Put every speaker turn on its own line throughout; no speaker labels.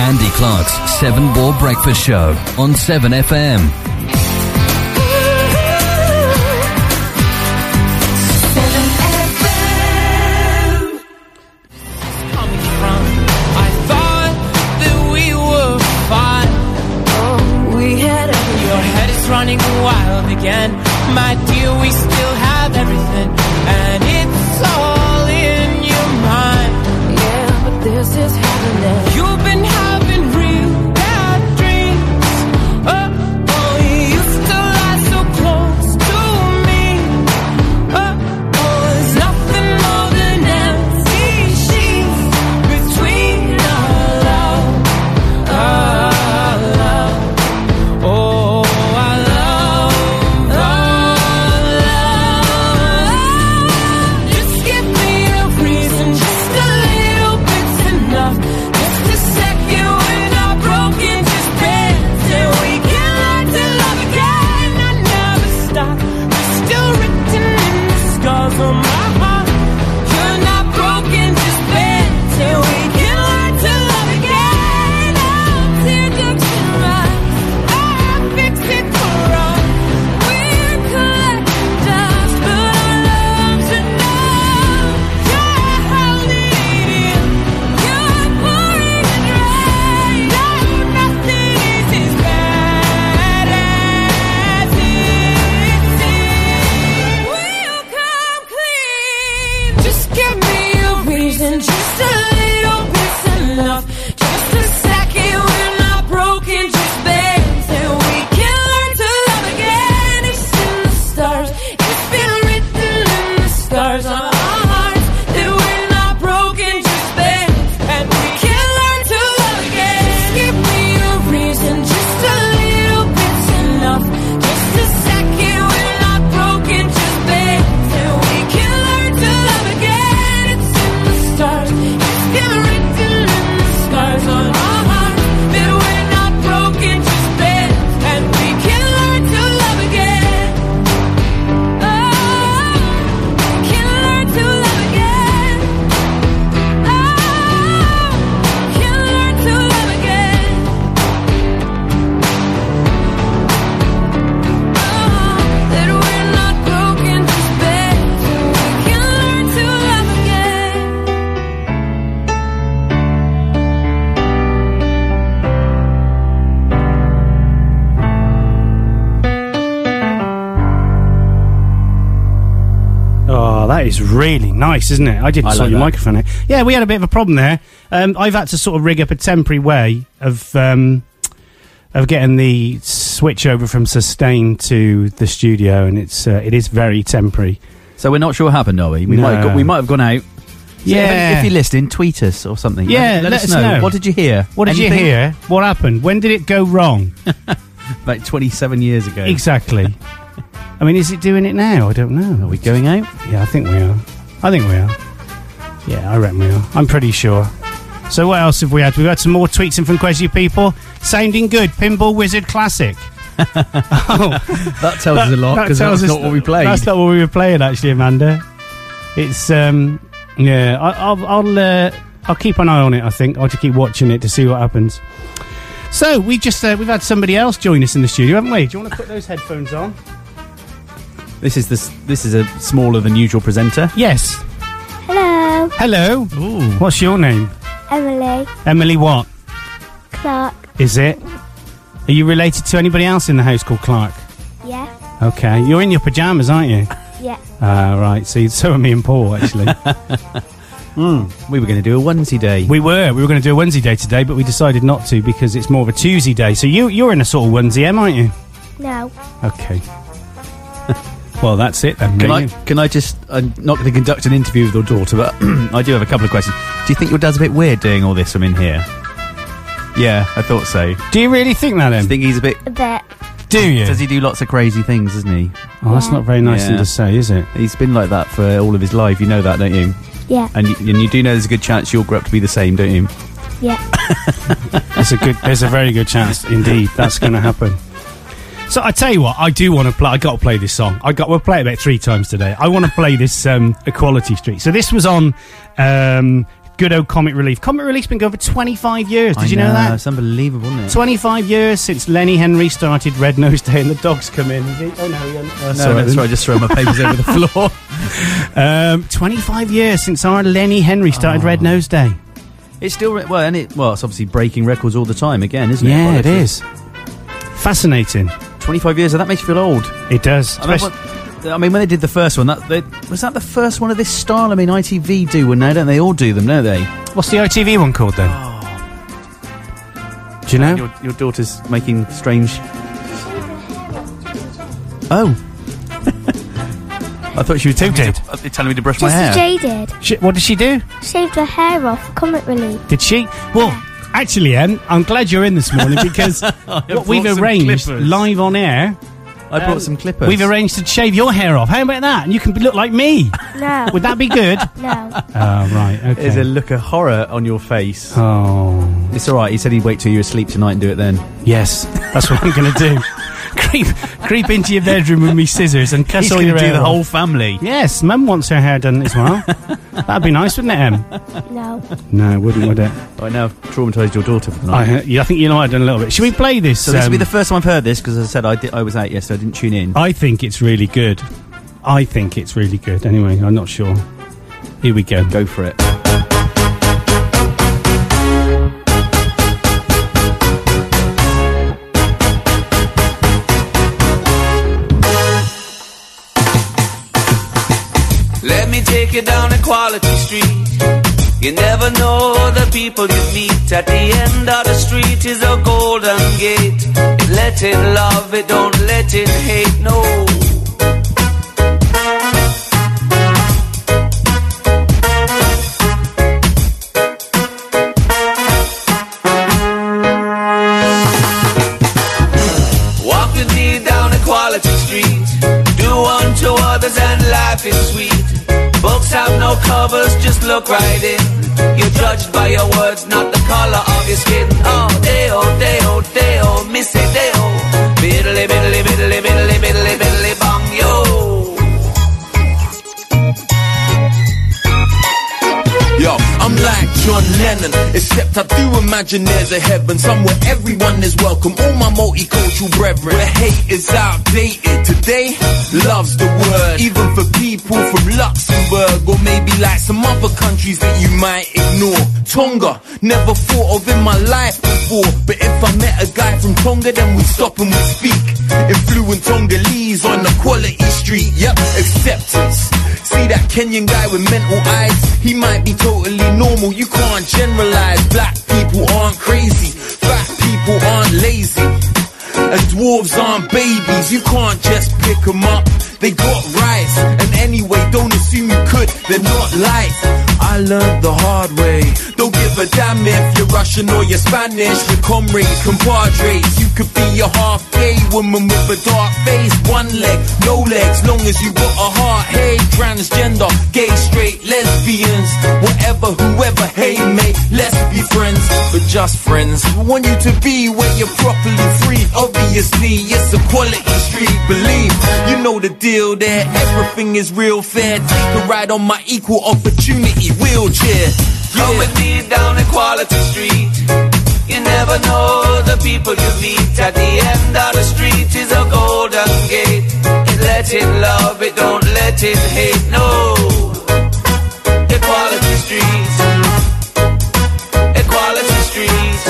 Andy Clark's Seven Ball Breakfast Show on 7FM.
I thought that we were fine. We had Your head is running wild again. My dear, we still have everything. And it's all in your mind. Yeah, but this is happening. You've been having real bad dreams. Oh, oh, you used to lie so close to me. Oh, oh, it's nothing more than empty sheets between our love, our love. Oh, our love, our love. Just give me a reason, just a little bit's enough. Just a second, we're not broken, just dance and we can learn to love again. I never stop. We're still written in the scars on my heart. You're not broken, just dance and we can learn to love again. Our teardrops in my eyes, fix it for us. We're collectors, but our love's enough. You're holding it in, you're pouring it right out. Nothing is as bad as it seems. Will you come clean? Just give me a reason, just a little bit's enough. Just a second, we're not broken, just bends, and we can learn to love again. It's in the stars, it's been written in the stars on our hearts that we're not broken, just bends, and we can learn to love again. Just give me a reason, just a little bit's enough. Just a second, we're not broken, just bends, and we can learn to love again. It's in the stars, it's been written in the scars on our hearts that we're not broken, just bends, and we can learn to love again. Oh, can learn to love again. Oh, can learn to love again. Oh, That we're not broken, just bent. We can learn to love again.
Oh, that is really nice, isn't it? I didn't
I
saw
like
your
that.
microphone. There. Yeah, we had a bit of a problem there. Um, I've had to sort of rig up a temporary way of um, of getting the switch over from sustain to the studio, and it's uh, it is very temporary.
So we're not sure what happened, are we? We might have
No.
got, we might have gone out. So
Yeah.
if, if you're listening, tweet us or something.
Yeah, let us know.
What did you hear?
What did you
Anything?
hear? What happened? When did it go wrong?
About 27 years ago.
exactly. I mean, is it doing it now? I don't know.
Are we going out?
Yeah, I think we are. I think we are. Yeah, I reckon we are. I'm pretty sure. So what else have we had? We've had some more tweets in from Quasi people. Sounding good, Pinball Wizard Classic.
That tells us a lot because
tells
that's
us-
not what we played.
That's not what we were playing, actually, Amanda. It's um, yeah. I, I'll I'll uh, I'll keep an eye on it. I think I'll just keep watching it to see what happens. So we just uh, we've had somebody else join us in the studio, haven't we? Do you want to put those headphones on?
This is this this is a smaller than usual presenter.
Yes.
Hello,
Hello.
Ooh.
What's your name?
Emily
Emily. What?
Clark.
Is it? Are you related to anybody else in the house called Clark?
Yeah,
Okay, you're in your pajamas, aren't you?
yeah.
Ah, right. So, so are me and Paul actually.
Hmm. We were going to do a onesie day.
we were we were going to do a Wednesday day today, but we decided not to because it's more of a Tuesday day. So you you're in a sort of onesie, em, aren't you?
No,
Okay. well, that's it then.
can I
really.
can I just? I'm not going to conduct an interview with your daughter, but I do have a couple of questions. Do you think your dad's a bit weird doing all this from in here? Yeah, I thought so. Do
Do you really think that,
you
Em?
think he's a bit?
a bit.
Do you?
Does he do lots of crazy things? Isn't he?
Oh, that's not very nice thing
Yeah.
to say, is it?
He's been like that for all of his life. You know that, don't you?
Yeah,
And you, and you do know there's a good chance you'll grow up to be the same, don't you?
yeah.
There's a good. There's a very good chance, indeed, that's going to happen. So I tell you what, I do want to play. I got to play this song. I got. We'll play it about three times today. I want to play this um, Equality Street. So this was on um, good old Comic Relief. Comic Relief's been going for 25 years. Did
I
you know, that?
It's unbelievable, isn't it?
25 years since Lenny Henry started Red Nose Day and the dogs come in. Oh no, you're- uh,
no,
sorry,
that's right. I just throw my papers over the floor. Oh.
Um, 25 years since our Lenny Henry started Red Nose Day.
It's still re- well, and it well, it's obviously breaking records all the time again, isn't it?
Yeah,
Well,
it is. Fascinating.
Twenty-five years. and That makes you feel old.
It does.
I mean,
Especially-
what- I mean, when they did the first one, that they, was that the first one of this style. I mean, ITV do one now, don't they? All do them, don't they? Oh.
What's the ITV one called then? Do you know?
Your, your daughter's making strange. Oh, I thought she was telling me
did?
to- uh, telling me to brush my
Just
hair.
as Jay did.
She, what did she do?
Shaved her hair off for comic relief.
Did she? Well, actually, Em, I'm glad you're in this morning because what
brought
we've
some
arranged
clippers.
live on air, um,
I brought some clippers.
we've arranged to shave your hair off. How about that? And you can be- look like me.
No.
Would that be good? oh,
no.
right. Okay.
There's a look of horror on your face.
oh.
It's all right. He said he'd wait till you were asleep tonight and do it then.
Yes, that's what I'm going to do. creep, creep into your bedroom with me scissors and cut
He's
all
gonna
your
do
hair
the
off.
whole family.
Yes, Mum wants her hair done as well. That'd be nice, wouldn't it, Em?
No.
No, it wouldn't, would it?
I now have traumatised your daughter for the night.
I, uh, yeah, I think you know I've done a little bit. Should we play this?
so this will be
um,
the first time I've heard this because as I said I, did, I was out yesterday. I didn't tune in.
I think it's really good. I think it's really good. Anyway, I'm not sure. Here we go.
Go for it.
Let me take you down to Quality Street. You never know the people you meet. At the end of the street is a golden gate. It let in love, it don't let in hate, no. Walk with me down a quality street. Do unto others and life is sweet. Books have no covers, just look right in. You're judged by your words, not the color of your skin. Oh, deo, deo, deo, missy deo. Biddly, biddly, biddly, biddly, biddly, biddly, bong, yo.
Yo, I'm like John Lennon, except I do imagine there's a heaven somewhere everyone is welcome. All my multicultural brethren, where hate is outdated today. Love's the word, even for people from Luxembourg or maybe like some other countries that you might ignore. Tonga, never thought of in my life before, but if I met a guy from Tonga, then we'd stop and we'd speak. Influent Tongolese on the quality street, yep, acceptance. See that Kenyan guy with mental eyes? He might be totally normal. You can't generalize. Black people aren't crazy. Fat people aren't lazy. And dwarves aren't babies. You can't just pick 'em up. They got rights. And anyway, don't assume you could. They're not light. I learned the hard way. Don't give a damn if you're Russian or you're Spanish. We're comrades, compadres. You could be a half gay woman with a dark face. One leg, no legs. Long as you got a heart. Hey, transgender, gay, straight, lesbians. Whatever, whoever, hey, mate. Let's be friends, but just friends. I want you to be where you're properly free. Obviously, it's a quality street. Believe, you know the deal there. Everything is real fair. Take a ride on my equal opportunity wheelchair.
Come
Yeah.
with me down Equality Street. You never know the people you meet. At the end of the street is a golden gate. It let in love, it don't let in hate. No. Equality Street. Equality Street.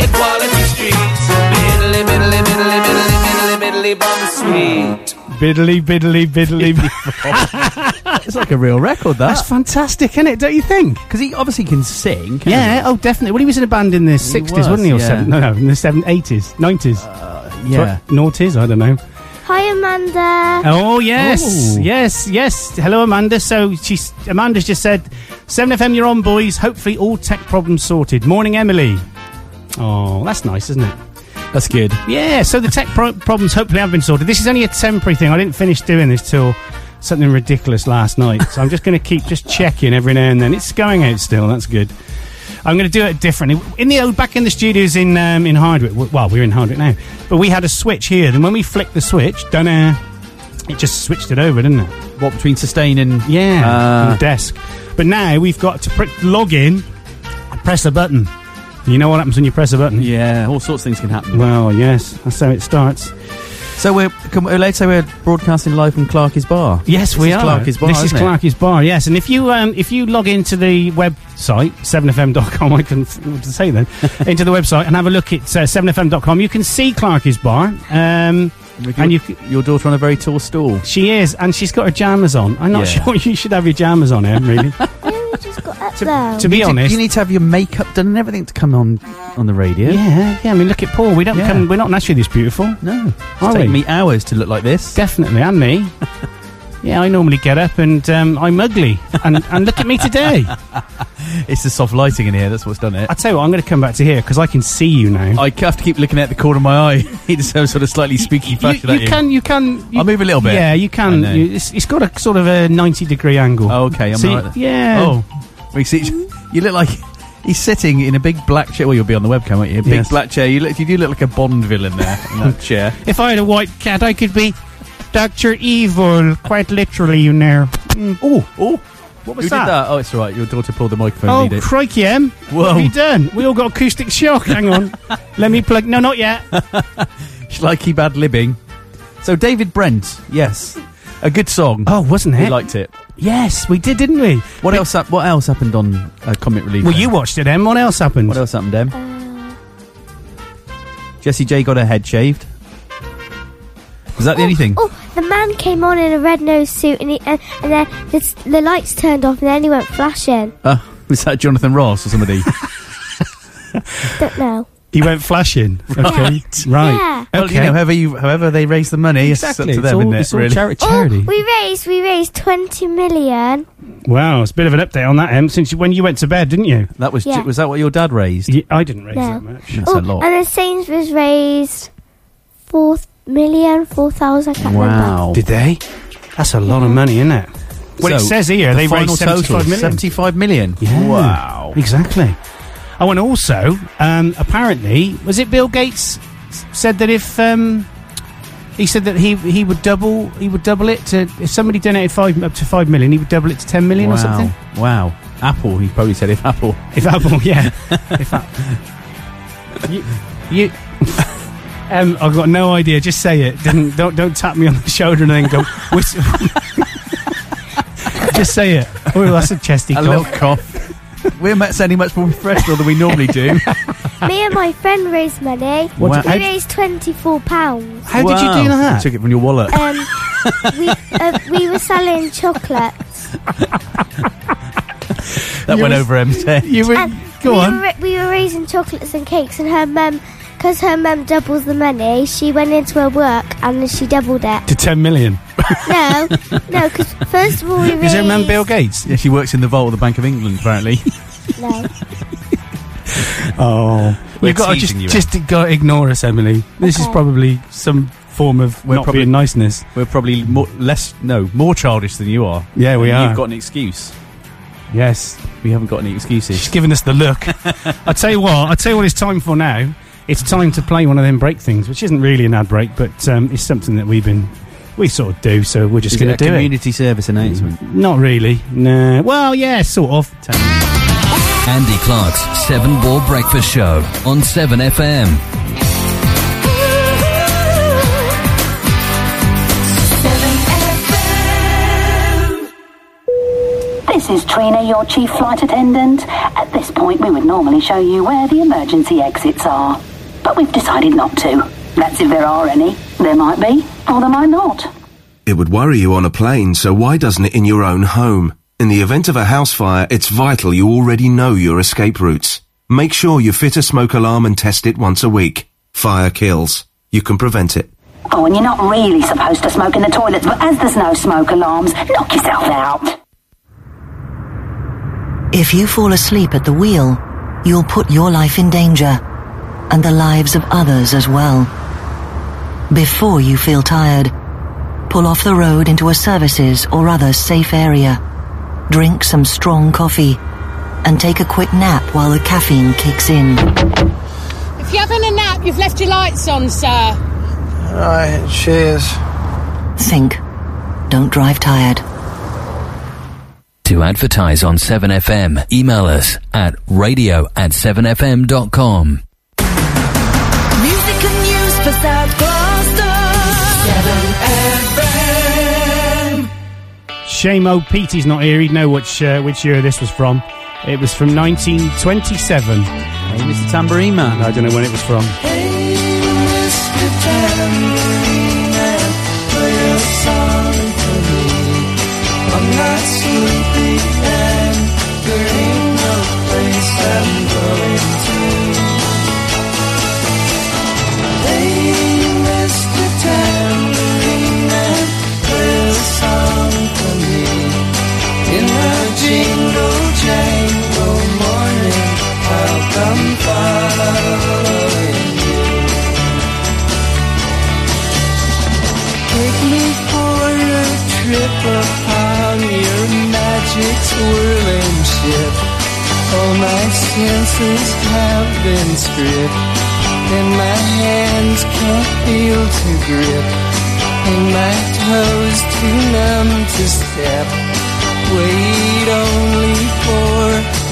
Equality Street. Middly, middly, middly, middly, middly, middly, bum sweet.
Biddly, biddly, biddly. biddly.
It's like a real record
that's
that.
fantastic, isn't it? Don't you think?
Because he obviously can sing. can't
Yeah, oh, definitely. Well, he was in a band in the 60s,
was,
wasn't he? Or
yeah.
seven, no, no, in the 70s, 80s, 90s.
he? yeah.
Noughties, I don't know.
Hi, Amanda.
Oh yes,
Oh.
yes, yes. Hello, Amanda. So she's Amanda's just said, "7 FM, you're on, boys. Hopefully, all tech problems sorted." Morning, Emily. Oh, that's nice, isn't it?
That's good.
Yeah. So the tech pro- problems hopefully have been sorted. This is only a temporary thing. I didn't finish doing this till something ridiculous last night. So I'm just going to keep just checking every now and then. It's going out still. That's good. I'm going to do it differently. In the old, back in the studios in um, in Hardwick. w- Well, we're in Hardwick now, but we had a switch here. And when we flicked the switch, done it just switched it over, didn't it?
what between sustain and
Yeah,
Uh,
on the desk. But now we've got to pr- log in and press a button. You know what happens when you press a button?
yeah, all sorts of things can happen.
Well, yes, that's how it starts.
So we're can, we- let's say we're broadcasting live from Clarky's bar.
Yes,
This
we
is
are.
Clarky's bar.
This is
isn't it?
Clarky's bar. Yes, and if you um, if you log into the website 7fm.com, I can what to say then into the website and have a look at uh, 7fm.com. You can see Clarky's bar. Um,
With
And
your,
you
your daughter on a very tall stool.
she is, and she's got her jammers on. I'm not
Yeah.
sure you should have your jammers on, Em. Really,
Yeah, we just got up there.
to be
You need to-
honest.
you need to have your makeup done and everything to come on on the radio.
yeah, yeah. I mean, look at Paul. We don't
Yeah.
come. We're not naturally this beautiful.
No,
Are
it's taken
we?
me hours to look like this.
Definitely, and me. Yeah, I normally get up and um, I'm ugly. And, and look at me today.
It's the soft lighting in here. That's what's done it.
I tell you what, I'm going to come back to here because I can see you now.
I have to keep looking at the corner of my eye in some sort of slightly spooky fashion.
you,
at
you can, you can. You,
I'll move a little bit.
Yeah, you can.
I know.
You, it's, it's got a sort of a 90 degree angle.
Oh, okay, I'm
So
all
you-
right then.
Yeah.
Oh, we see. You look like he's sitting in a big black chair. Well, you'll be on the webcam, won't you? A big
Yes.
black chair. You look. You do look like a Bond villain there in that chair.
If I had a white cat, I could be Dr. Evil, quite literally, you know. Mm. Oh,
Oh,
what
who
was
did
that?
that? Oh, it's all right. Your daughter pulled the microphone.
Oh,
lead it.
crikey, Em. What have
Whoa.
you done? We all got acoustic shock. Hang on. Let me plug. No, not yet.
Schleiky bad libbing. So David Brent, yes, a good song.
Oh, wasn't
He
it?
liked it.
yes, we did, didn't we?
What else? hap- What else happened on uh, Comic Relief?
Well,
then?
you watched it, Em. What else happened?
What else happened, Em?
Uh,
Jessie J got her head shaved. Was that the only thing?
Oh, the man came on in a red nose suit, and he, and, and then the, s- the lights turned off, and then he went flashing.
Uh, was that Jonathan Ross or somebody?
Don't know.
He went flashing. okay. Right.
Yeah.
Well, you know, however you, however they raise the money,
Exactly.
it's up to them,
it's all,
isn't it?
it's all
really?
chari-
Oh,
charity.
we raised, we raised twenty million.
wow, it's a bit of an update on that, Em, since you, when you went to bed, didn't you?
that was
Yeah.
was that what your dad raised?
Y- I didn't raise
No.
that much.
That's
Oh,
a lot.
and then Sainsbury's raised four th- million, four thousand. I can't remember.
Wow.
Did they? That's a lot of money, isn't it? Well, it
So,
says here
the
they raised
final total,
75 million.
75 million.
Yeah.
Wow.
Exactly. Oh, and also, um, apparently, was it Bill Gates s- said that if um, he said that he he would double he would double it to if somebody donated five up to five million, he would double it to ten million or something.
Oh. Wow. Wow. Apple. He probably said if Apple.
If Apple, yeah. if Apple. You. you Um, I've got no idea. Just say it. Didn't, don't don't tap me on the shoulder and then go. Whistle. Just say it. Oh, that's a chesty
A
cough.
little cough. We're not sounding much more professional than we normally do.
Me and my friend raised money.
What
we
did- how d-
raised twenty-four pounds.
How did you do
Wow.
that?
Took it from your wallet.
Um, we uh, we were selling chocolates.
That
you
went
was-
over M's head.
You were,
And
go
we
on.
Were, ra- we were raising chocolates and cakes, and her mum, because her mum doubles the money, she went into her work and then she doubled it.
to ten million.
No, no, because first of all we raised.
Is there a man Bill Gates?
Yeah, she works in the vault of the Bank of England, apparently.
No.
Oh,
We're
you've got to just
teasing you,
just go ignore us, Emily. This is
Okay.
probably some form of
We're
not
probably-
being niceness.
We're probably more, less, no, more childish than you are.
Yeah, we
And
are.
You've got an excuse.
Yes,
We haven't got any excuses.
she's giving us the look. I tell you what. I tell you what. It's time for now. It's time to play one of them break things, which isn't really an ad break, but um, it's something that we've been we sort of do. So we're just
Is
going
it
to
a
do
community service announcement.
it. Not really. No. Well, yeah, sort of.
Andy Clark's Seven Ball Breakfast Show on 7FM.
This is Trina, your chief flight attendant. At this point, we would normally show you where the emergency exits are. But we've decided not to. That's if there are any. There might be, or there might not.
It would worry you on a plane, so why doesn't it in your own home? In the event of a house fire, it's vital you already know your escape routes. Make sure you fit a smoke alarm and test it once a week. Fire kills. You can prevent it.
Oh, and you're not really supposed to smoke in the toilets, but as there's no smoke alarms, knock yourself out.
If you fall asleep at the wheel, you'll put your life in danger and the lives of others as well. Before you feel tired, pull off the road into a services or other safe area. Drink some strong coffee and take a quick nap while the caffeine kicks in.
If you're having a nap, you've left your lights on, sir.
Think. Don't drive tired.
To advertise on 7FM, email us at radio at 7fm.com.
Music and news for South Gloucester. 7FM.
Shame old Petey's not here. He'd know which uh, which year this was from. It was from 1927. Hey, Mr. Tambourine Man. I don't know when it was from.
Jingle jangle morning, I'll come following you. Take me for a trip upon your magic swirling ship. All my senses have been stripped, and my hands can't feel to grip, and my toes too numb to step. Wait only for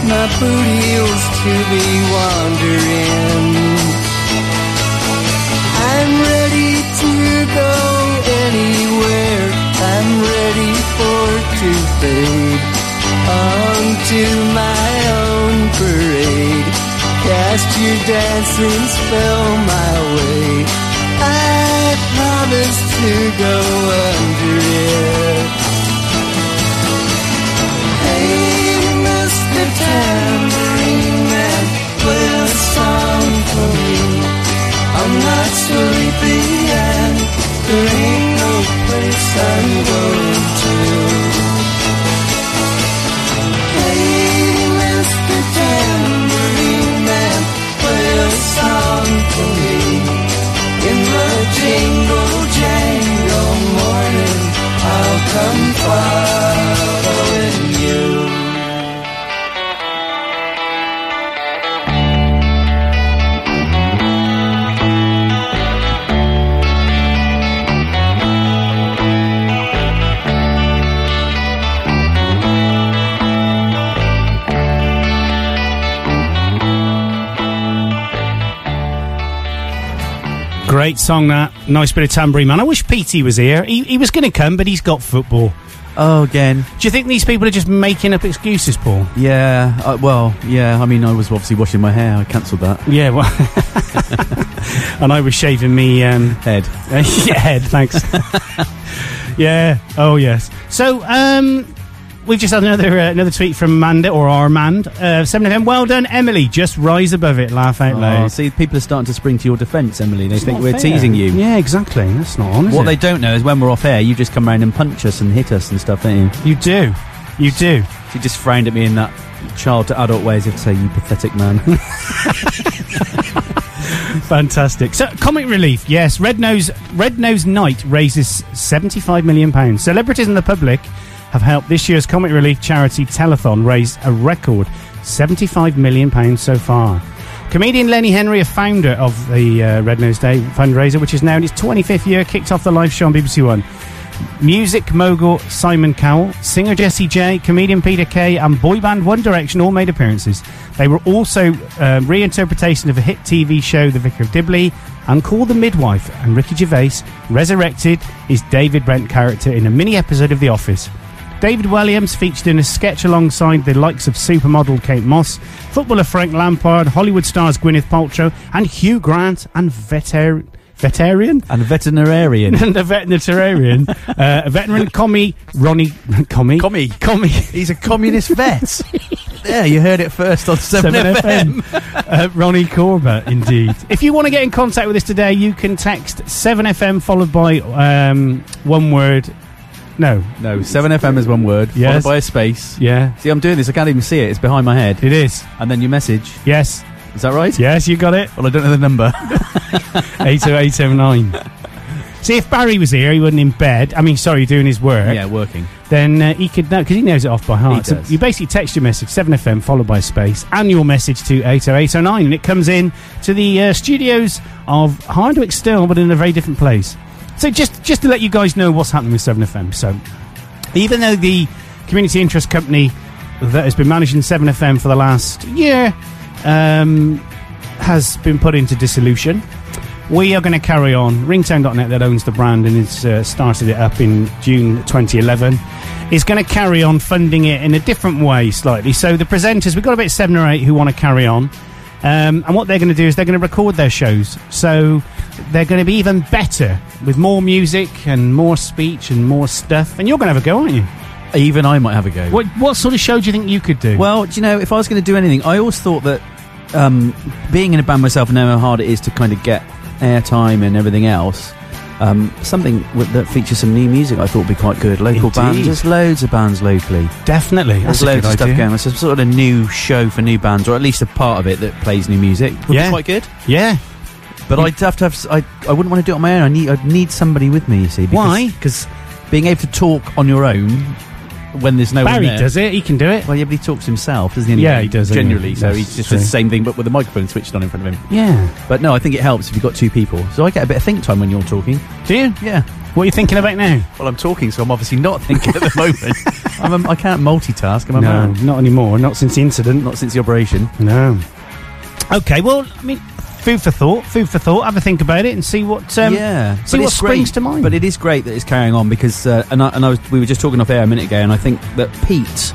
my boot heels to be wandering. I'm ready to go anywhere. I'm ready for to fade onto my own parade. Cast your dancing spell my way. I promise to go under it. Hey, Mr. Tambourine Man, play a song for me. I'm not sleepy and there ain't no place I'm going to. Hey, Mr. Tambourine Man, play a song for me. In the jingle jangle morning, I'll come following you.
Great song, that. Nice bit of tambourine man. I wish Petey was here. He, he was going to come, but he's got football.
Oh, again.
Do you think these people are just making up excuses, Paul?
Yeah, uh, well, yeah, I mean, I was obviously washing my hair. I cancelled that.
Yeah, well. and I was shaving me um,
head.
yeah, head. Thanks. yeah. Oh, yes. So, um, we've just had another uh, another tweet from Amanda or Armand. Uh, Seven FM. Well done, Emily. Just rise above it. Laugh out
Oh,
loud.
see, people are starting to spring to your defence, Emily. They
It's
think
not
we're
fair.
teasing you.
Yeah, exactly. That's not honest.
What they don't know is when we're off air, you just come round and punch us and hit us and stuff, don't you?
you do, you do.
She just frowned at me in that child to adult way as if to say, you pathetic man.
Fantastic. So, comic relief. Yes, Red Nose Red Nose Night raises seventy five million pounds. Celebrities and the public have helped this year's comic relief charity telethon raise a record seventy five million pounds so far. Comedian Lenny Henry, a founder of the uh, Red Nose Day fundraiser, which is now in its 25th year, kicked off the live show on BBC One. Music mogul Simon Cowell, singer Jesse J, comedian Peter Kay, and boy band One Direction all made appearances. They were also uh, reinterpretation of a hit TV show, The Vicar of Dibley, and Call the Midwife. And Ricky Gervais resurrected his David Brent character in a mini episode of The Office. David Williams featured in a sketch alongside the likes of supermodel Kate Moss, footballer Frank Lampard, Hollywood stars Gwyneth Paltrow, and Hugh Grant, and veter- veterinarian
and veterinarian.
and a veterinarian, uh, a veteran commie, Ronnie, commie,
Commie.
commie,
He's a communist vet. there, you heard it first on 7FM.
7FM, uh, Ronnie Corbett, indeed. If you want to get in contact with us today, you can text 7FM followed by um, one word. No,
No, 7FM is one word,
Yes.
followed by a space.
yeah,
See, I'm doing this. I can't even see it. It's behind my head.
it is.
And then your message.
Yes,
Is that right?
yes, you got it.
Well, I don't know the number.
80879. See, if Barry was here, he wasn't in bed. I mean, sorry, doing his work.
yeah, working.
then uh, he could know because he knows it off by heart.
He
So
does.
you basically text your message seven FM followed by space and your message to eight oh eight oh nine, and it comes in to the uh, studios of Hardwick Still, but in a very different place. So just just to let you guys know what's happening with seven FM. So even though the community interest company that has been managing 7FM for the last year um, has been put into dissolution. We are going to carry on. Ringtone.net, that owns the brand and has uh, started it up in June 2011, is going to carry on funding it in a different way slightly. So the presenters, we've got about seven or eight who want to carry on. Um, and what they're going to do is they're going to record their shows. So they're going to be even better with more music and more speech and more stuff. And you're going to have a go, aren't you?
Even I might have a go.
What, what sort of show do you think you could do?
Well, do you know, if I was going to do anything, I always thought that um, being in a band myself and knowing how hard it is to kind of get airtime and everything else, um, something w- that features some new music I thought would be quite good. Local
Indeed.
bands, there's loads of bands locally.
Definitely. That's
There's
a
loads
good
of stuff
idea.
going on. It's a sort of new show for new bands, or at least a part of it that plays new music. Would
Yeah.
be quite good.
Yeah.
But I'd have to have. s- I, I wouldn't want to do it on my own. I need. I'd need somebody with me. You see. Because,
Why?
Because being able to talk on your own when there's no
Barry
one there.
does it. He can do it.
Well, yeah, but he talks himself, doesn't he?
Yeah, he does, anyway.
Generally, so
That's
he's just
true.
does the same thing, but with the microphone switched on in front of him.
Yeah.
But no, I think it helps if you've got two people. So I get a bit of think time when you're talking.
Do you?
Yeah.
What are you thinking about now?
Well, I'm talking, so I'm obviously not thinking at the moment. I'm a, I can't multitask. I'm a man.
not anymore. Not since the incident.
Not since the operation.
No. Okay. Well, I mean, food for thought. Food for thought. Have a think about it and see what. Um,
yeah,
See
But
what
it's great-
springs to mind.
But it is great that it's carrying on because, uh, and I, and I was, we were just talking off air a minute ago, and I think that Pete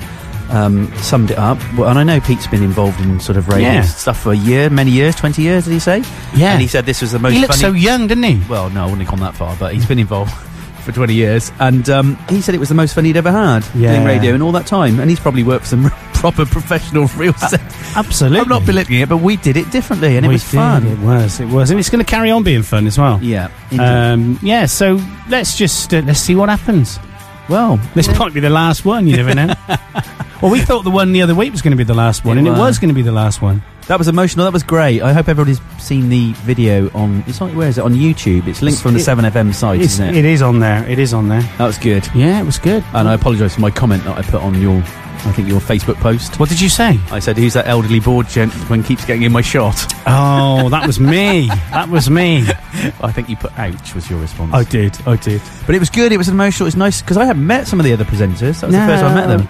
um, summed it up. Well, and I know Pete's been involved in sort of radio
Yeah.
stuff for a year, many years, twenty years, did he say?
Yeah.
and he said this was the most.
he looked
funny
so young, didn't he?
well, no, I wouldn't have gone that far, but he's been involved for 20 years. And um, he said it was the most fun he'd ever had
Yeah.
doing radio in all that time. And he's probably worked for some proper professional real set.
Absolutely.
I'm not belittling it, but we did it differently and
We
it was
did,
fun.
It was. It was, and it's going to carry on being fun as well.
Yeah. indeed.
Um, yeah. So let's just uh, let's see what happens.
well,
This might be the last one. You never know. well, we thought the one the other week was going to be the last one,
It
and it
was.
was going to be the last one.
that was emotional. That was great. I hope everybody's seen the video on. It's not. Where is it? On YouTube. It's linked from the
It-
7FM site,
It's-
isn't it?
it is on there. It is on there.
That was good.
Yeah, it was good.
And I apologise for my comment that I put on your, I think your Facebook post.
What did you say?
I said, "Who's that elderly bored gentleman keeps getting in my shot?"
Oh, that was me. That was me.
I think you put "ouch" was your response.
did. I did.
But it was good. It was emotional. It was nice because I hadn't met some of the other presenters. That was the first time I met them.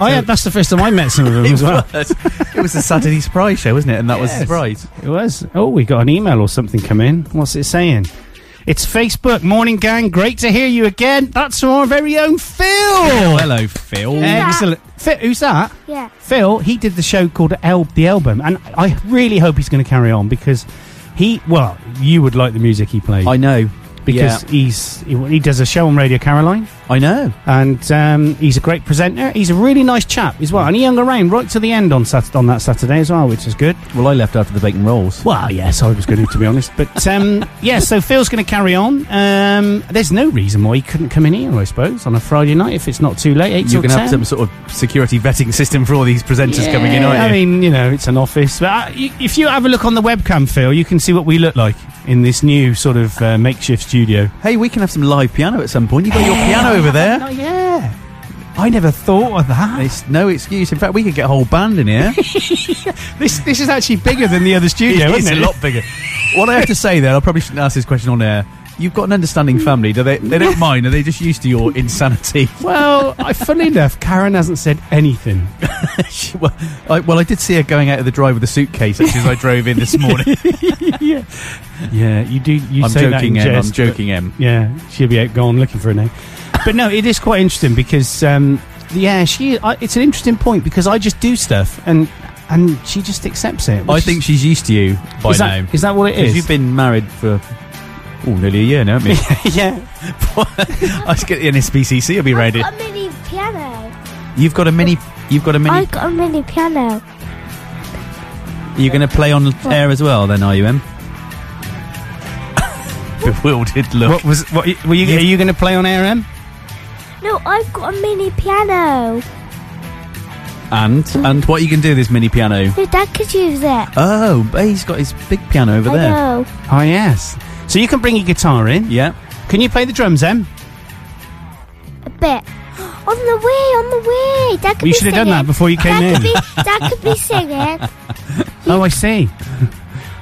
Oh, yeah, that's the first time I met some of them as well.
it was the Saturday surprise show, wasn't it? And that was a
Yes.
surprise.
It was. Oh, we got an email or something come in. What's it saying? It's Facebook. Morning, gang. Great to hear you again. That's from our very own Phil.
Hello, Phil.
Excellent. Phil, who's that?
Yeah.
Phil, he did the show called El- The Album, and I really hope he's going to carry on because he, well, you would like the music he played.
I know
because
Yeah.
he's he, he does a show on Radio Caroline.
I know.
and um, he's a great presenter. He's a really nice chap as well, and he hung around right to the end on Sat- on that Saturday as well, which is good.
Well, I left after the bacon rolls.
Well, yes, I was going to, to be honest, but um, yeah. So Phil's going to carry on. Um, there's no reason why he couldn't come in here, I suppose, on a Friday night if it's not too late. Eight till
You're going to have
10.
some sort of security vetting system for all these presenters coming in, aren't you?
I mean, you know, it's an office. But I, you, if you have a look on the webcam, Phil, you can see what we look like in this new sort of uh, makeshift studio.
hey, we can have some live piano at some point. You got your piano over there.
Oh yeah, I never thought of that.
It's no excuse. In fact, we could get a whole band in here.
This this is actually bigger than the other studio,
It
isn't
is
it?
a lot bigger. what I have to say there, I probably shouldn't ask this question on air. You've got an
Hmm.
understanding family, do they? They don't mind. Are they just used to your insanity?
Well, I, funnily enough, Karen hasn't said anything.
She- well, I, well, I did see her going out of the drive with a suitcase actually, as I drove in this morning.
Yeah, you do. You
I'm
say that in
joking, Em. I'm
jest, but-
joking, Em.
Yeah, she'll be out gone looking for a name. but no, it is quite interesting because, um, yeah, she. I, it's an interesting point because I just do stuff and and she just accepts it.
I think she's used to you by
is
now.
that, is that what it
Because
is?
you've been married for oh, nearly a year now, haven't you?
yeah,
I should get the NSPCC will be
I've
ready.
got a mini piano.
You've got a mini. You've got a
I
mini.
got a mini piano.
You're going to play on air as well, then, are you, Em? Bewildered look.
what was what were you? Are you going to play on air, Em?
No, I've got a mini piano.
And and what you can do with this mini piano?
No, Dad could use it.
Oh, but he's got his big piano over
I
there.
know.
Oh yes. So you can bring your guitar in.
Yeah.
Can you play the drums, Em?
A bit. On the way, on the way. Dad could
You
be
should have done that
singing.
before you came
Dad
in.
Could be, Dad could be singing.
Oh, I see.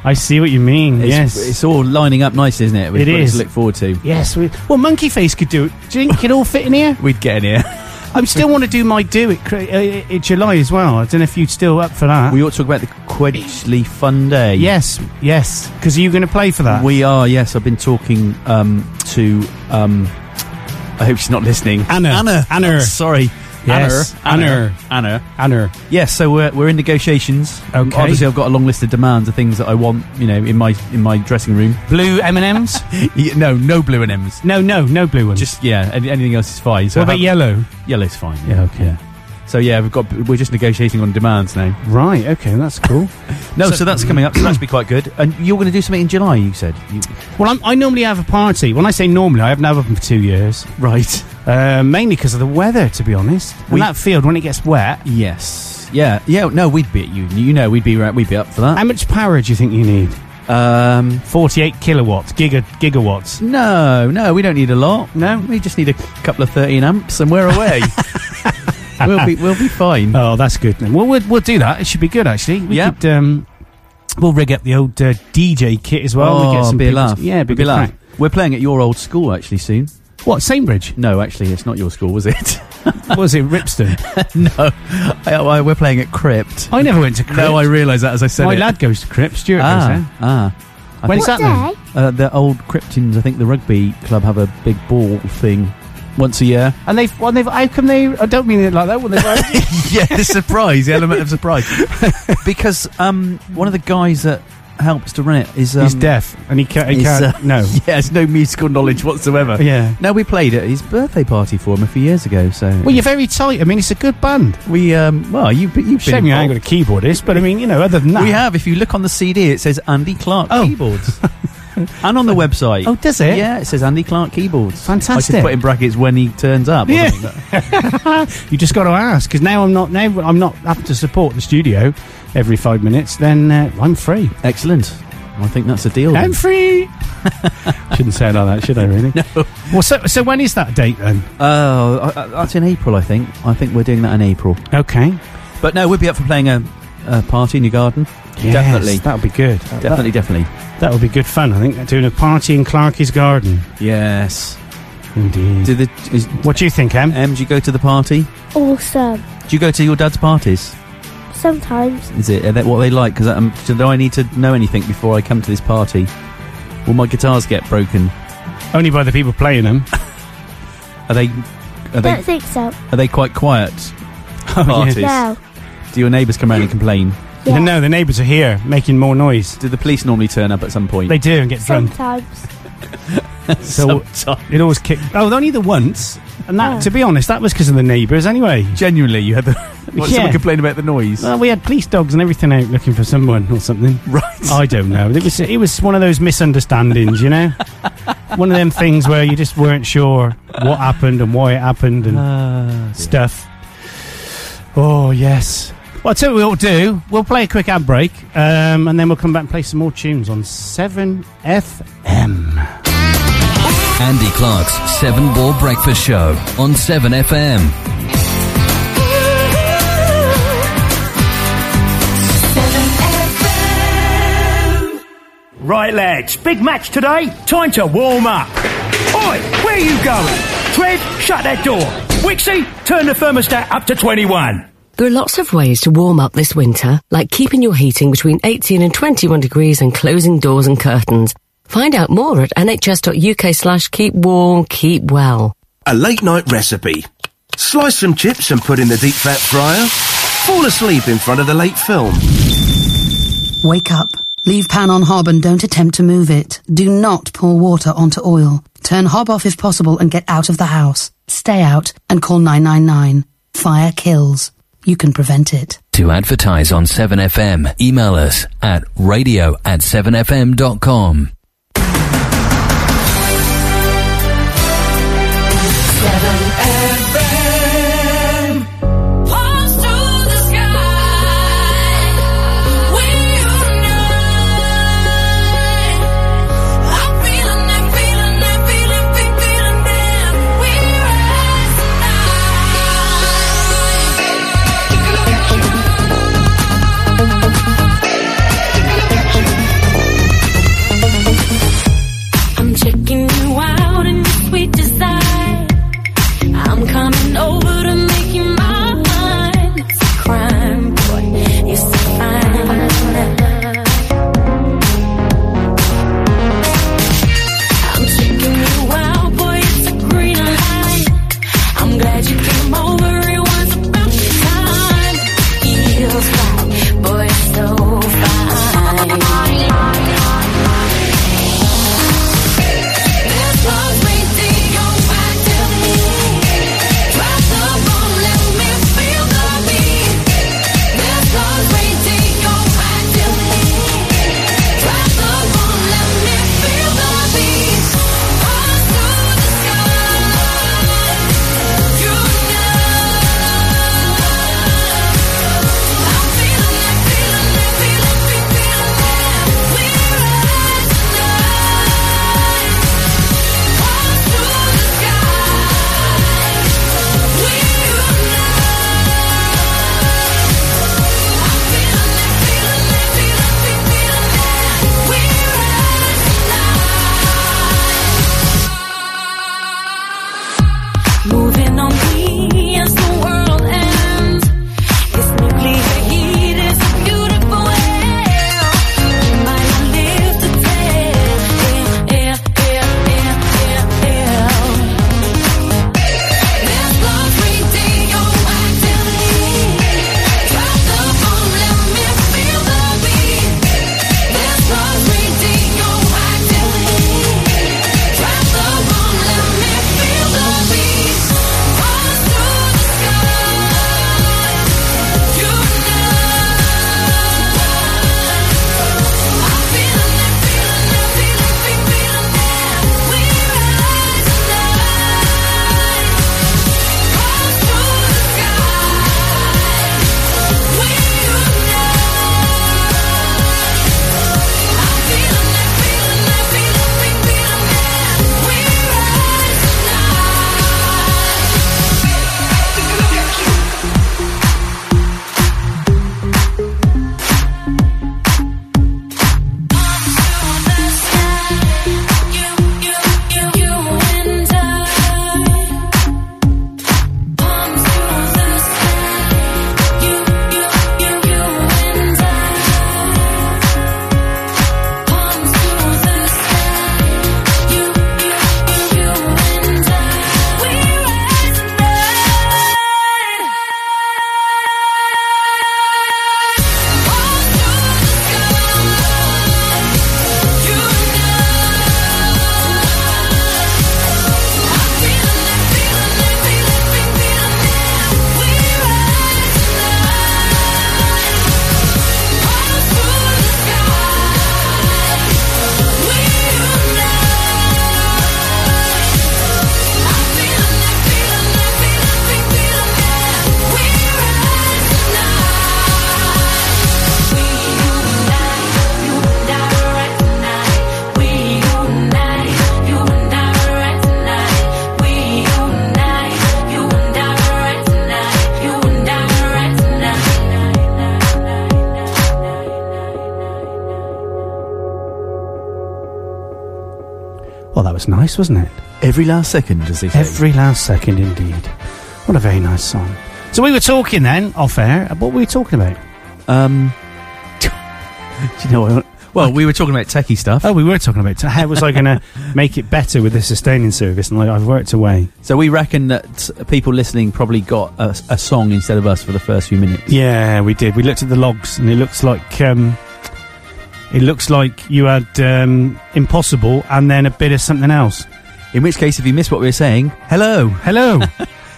I see what you mean.
It's,
yes.
It's all lining up nice, isn't it? We've
It
got
is.
To look forward to.
Yes, we, well, Monkey Face could do it. Do you think it all fit in here?
We'd get in here.
I still want to do my do it cra- uh, in July as well. I don't know if you're still up for that.
We ought to talk about the Quedgley Fun Day.
yes, yes. Because you're going to play for that.
We are, yes. I've been talking um, to. Um, I hope she's not listening.
Anna.
Anna.
Anna.
Sorry.
Yes,
Anna. Anna.
Anna.
Yes, so we're, we're in negotiations. Um,
Okay.
Obviously, I've got a long list of demands of things that I want, you know, in my in my dressing room.
Blue M and M's?
Yeah, no, no blue and M's.
No, no, no blue ones.
Just yeah, any- anything else is fine. So
what about
have-
yellow?
Yellow's fine.
Yeah, okay.
So yeah, we've got we're just negotiating on demands now.
Right. Okay, that's cool.
No, so, that's coming up. So that should be quite good. And you're going to do something in July, you said. You,
well, I'm, I normally have a party. When I say normally, I haven't had one for two years,
right.
uh, mainly because of the weather. To be honest, and
We-
that field when it gets wet.
Yes. Yeah. Yeah. No, we'd be at you. You know, we'd be right. We'd be up for
How
that.
much power do you think you need?
Um.
48 kilowatts, giga, gigawatts.
No, no, we don't need a lot. No, we just need a couple of thirteen amps, and we're away. we'll be we'll be fine.
Oh, that's good. Then. Well, we'll we'll do that. It should be good actually. We
Yeah.
could um, we'll rig up the old uh, DJ kit as well. we get some
Oh, Ah, be a
people-
laugh.
Yeah, it'd be,
It'd be a
good
laugh.
crack.
We're playing at your old school actually soon.
What Sainbridge?
No, actually, it's not your school, was it?
What was it Ripston?
no, I, I- we're playing at Crypt.
I never went to Crypt.
No, I realise that as I said
My
it.
lad goes to Crypt. Stuart goes there.
ah, ah. I
When's
think-
What
that then?
day?
Uh, the old Cryptins, I think the rugby club have a big ball thing once a year.
And they've, well, they've, how come they, I don't mean it like that. Well, they've,
yeah, the surprise, the element of surprise. because um, one of the guys that helps to run it is um,
he's deaf and he can't, he
he's,
can't
uh,
no.
Yeah, has no musical knowledge whatsoever.
Yeah.
No, we played at his birthday party for him a few years ago. So
Well, you're very tight. I mean, it's a good band.
we um, well, you you've
Shame
been
you ain't got a
involved.
keyboardist, but I mean, you know, other than that.
We have. If you look on the CD, it says Andy Clark
Oh.
keyboards, and on the website.
Oh, does it?
Yeah, it says Andy Clark keyboards. I
Fantastic.
should put in brackets when he turns up. or
Yeah.
something.
You just got to ask because now I'm not, now I'm not having to support the studio every five minutes, then uh, I'm free.
Excellent. I think that's a deal. then.
I'm free. Shouldn't say it like that, should I really? No. Well, so, so when is that date then?
Oh, I- I- that's in April, I think. I think we're doing that in April.
Okay.
But no, we'll be up for playing a, a Uh, party in your garden.
Yes,
definitely,
That'll be good.
definitely, definitely.
That will be good fun, I think. Doing a party in Clarky's garden.
Yes.
Indeed.
Do the is,
What do you think, Em?
Em? Do you go to the party?
Awesome.
Do you go to your dad's parties?
Sometimes.
Is it are they, what they like? Because um, do I need to know anything before I come to this party? Will my guitars get broken?
Only by the people playing them.
Are they are
Don't
they
think so.
are they quite quiet?
Oh,
parties.
No.
Do your neighbours come round and complain?
Yeah.
No, the neighbours are here making more noise.
Do the police normally turn up at some point?
They do and get drunk.
Sometimes.
So
Sometimes.
it always kicked. Oh, only the once. And that, to be honest, that was because of the neighbours anyway.
Genuinely, you had the what,
Yeah.
someone complain about the noise.
Well, we had police dogs and everything out looking for someone or something.
right.
I don't know. It was it was one of those misunderstandings, you know, one of them things where you just weren't sure what happened and why it happened and stuff. Oh yes. Well, I tell you what we'll do. We'll play a quick ad break, um, and then we'll come back and play some more tunes on Seven FM.
Andy Clark's Seven Ball Breakfast Show on 7FM.
Right, lads, big match today. Time to warm up. Oi, where you going? Trev, shut that door. Wixie, turn the thermostat up to 21.
There are lots of ways to warm up this winter, like keeping your heating between 18 and 21 degrees and closing doors and curtains. Find out more at nhs.uk slash keep warm, keep well.
A late night recipe. Slice some chips and put in the deep fat fryer. Fall asleep in front of the late film.
Wake up. Leave pan on hob and don't attempt to move it. Do not pour water onto oil. Turn hob off if possible and get out of the house. Stay out and call 999. Fire kills. You can prevent it.
To advertise on 7FM, email us at radio at 7FM.com.
Palms to the sky, we unite. I'm feeling that, feeling that, feeling, big feeling that we rise tonight. Take a look at you. I'm checking you out in your sweet desire. I'm coming
Well, that was nice, wasn't it?
Every last second, as they say.
Every last second, indeed. What a very nice song. So we were talking then, off air. What were we talking about?
Um, do you know what? Well, we were talking about techie stuff.
Oh, we were talking about te- how was I going to make it better with the sustaining service, and like I've worked away.
So we reckon that people listening probably got a, a song instead of us for the first few minutes.
Yeah, we did. We looked at the logs, and it looks like um, it looks like you had um, impossible, and then a bit of something else.
In which case, if you missed what we were saying, hello,
hello.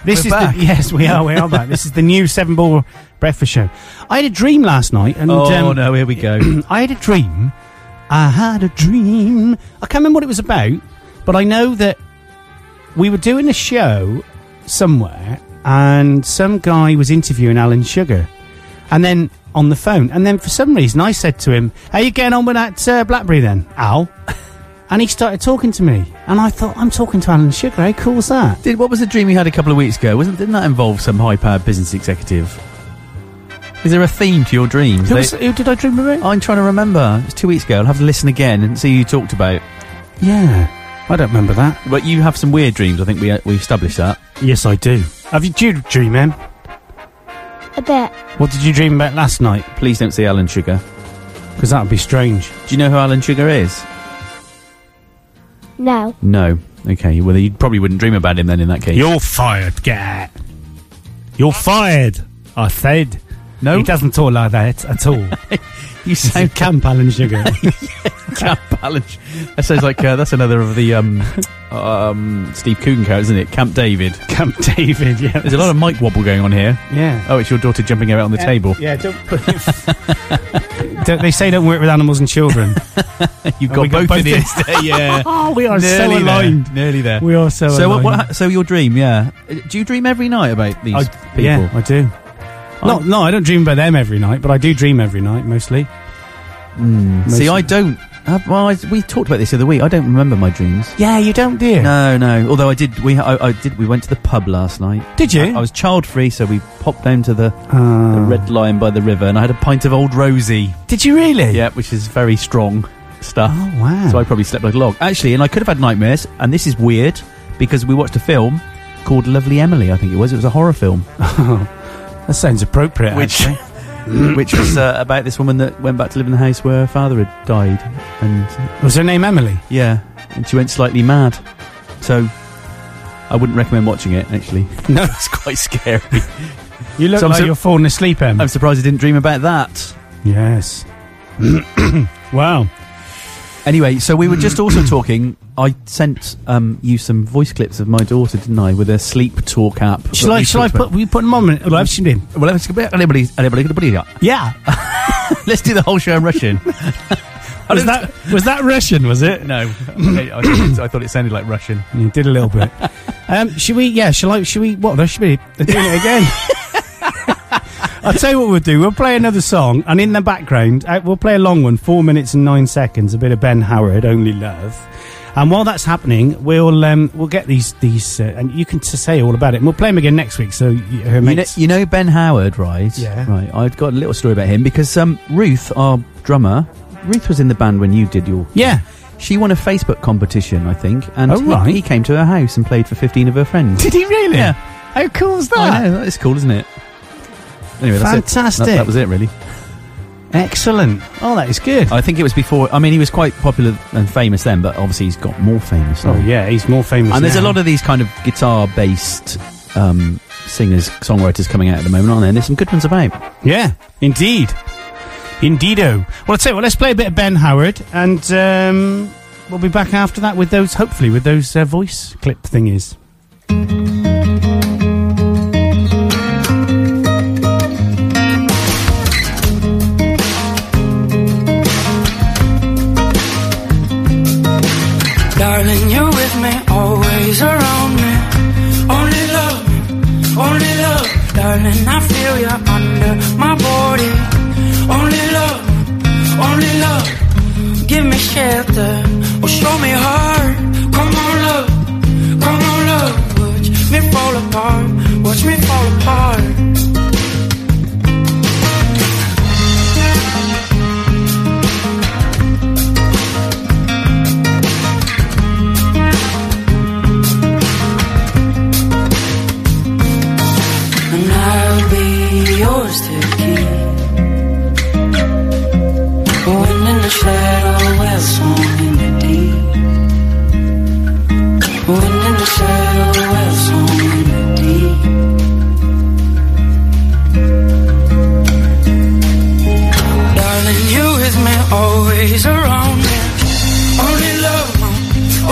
this is
We're back.
The, yes, we are. We are back. this is the new Seven Ball Breakfast Show. I had a dream last night, and
oh
um,
no, here we go.
I had a dream. I had a dream. I can't remember what it was about, but I know that we were doing a show somewhere, and some guy was interviewing Alan Sugar, and then on the phone, and then for some reason I said to him, "How you getting on with that uh, BlackBerry then, Al?" and he started talking to me, and I thought, "I'm talking to Alan Sugar. How cool's that?"
Did what was the dream you had a couple of weeks ago? Wasn't didn't that involve some high-powered business executive? Is there a theme to your dreams?
Who,
They-
was, who did I dream about?
I'm trying to remember. It's two weeks ago. I'll have to listen again and see who you talked about.
Yeah, I don't remember that.
But you have some weird dreams. I think we we established that.
Yes, I do. Have you, do you dream, Em?
A bit.
What did you dream about last night?
Please don't say Alan Sugar.
Because that would be strange.
Do you know who Alan Sugar is?
No.
No. Okay. Well, you probably wouldn't dream about him then. In that case,
You're fired, Gat. You're fired. I said.
No.
he doesn't talk like that at all.
you
It's a
sound
camp Alan Sugar.
Camp Alan. Sh- That sounds like uh, that's another of the um, um, Steve Coogan characters, isn't it? Camp David.
camp David. Yeah,
There's a lot of mic wobble going on here.
yeah.
Oh, it's your daughter jumping out on the table.
Yeah, don't put. don't, they say don't work with animals and children.
You've
Oh,
got
we got
both,
both
of these. yeah.
oh, we are
Nearly
so
there.
aligned.
Nearly there.
We are so.
So
aligned.
what, what? ha- So your dream? Yeah. Uh, Do you dream every night about these
I,
people?
Yeah, I do. No, no, I don't dream about them every night, but I do dream every night mostly.
Hmm, See, I don't. Have, well, I, we talked about this the other week. I don't remember my dreams.
Yeah, you don't, do you?
No, no. Although I did. We I, I did. We went to the pub last night.
Did you?
I, I was child free, so we popped down to the, the
Ah.
Red Lion by the river, and I had a pint of Old Rosie.
Did you really?
Yeah, which is very strong stuff.
Oh wow.
So I probably slept like a log. Actually, and I could have had nightmares. And this is weird because we watched a film called Lovely Emily. I think it was. It was a horror film,
that sounds appropriate.
which
actually.
which was uh, about this woman that went back to live in the house where her father had died, and
was her name Emily?
yeah, and she went slightly mad. So I wouldn't recommend watching it. Actually,
No.
it's quite scary.
You look
So I'm
like
so-
you're falling asleep, Em.
I'm surprised I didn't dream about that.
Yes. wow.
Anyway, so we were just also talking. I sent um, you some voice clips of my daughter, didn't I, with a sleep talk app.
Shall
that
I?
we
Shall I
talked about.
put? Will you put them on? Well, I've seen him.
Well, let's anybody, anybody, anybody.
Yeah.
Let's do the whole show in Russian.
Was that was that Russian? Was it?
no, I, I thought it- I thought it sounded like Russian.
You did a little bit. um, should we? Yeah. Shall I? Should we? What? There should be they're doing it again. I'll tell you what we'll do. We'll play another song, and in the background, uh, we'll play a long one, four minutes and nine seconds, a bit of Ben Howard, "Only Love." And while that's happening, we'll um, we'll get these these, uh, and you can t- say all about it. And we'll play them again next week. So y- her
You know,
mates,
you know Ben Howard, right?
Yeah.
Right. I've got a little story about him because um, Ruth, our drummer, Ruth was in the band when you did your.
yeah,
She won a Facebook competition, I think, and
Oh,
he,
right.
he came to her house and played for fifteen of her friends.
Did he really?
Yeah.
How cool is that?
I know. That is cool, isn't it? Anyway, that's
Fantastic.
It. That, that was it, really.
Excellent. Oh, that is good.
I think it was before. I mean, he was quite popular and famous then, but obviously he's got more famous. now.
oh yeah, he's more famous.
And there's a lot of these kind of guitar-based um, singers, songwriters coming out at the moment, aren't there? And there's some good ones about.
yeah, indeed, indeedo. Well, let's say, well, let's play a bit of Ben Howard, and um, we'll be back after that with those, hopefully, with those uh, voice clip thingies.
Darling, you're with me, always around me. Only love, only love. Darling, I feel you under my body. Only love, only love. Give me shelter, or show me heart. Come on, love, come on, love. Watch me fall apart, watch me fall apart.
a shadow well swung in the deep. Wind in the shadow well swung in the deep. Darling, you is me always around me. Only love,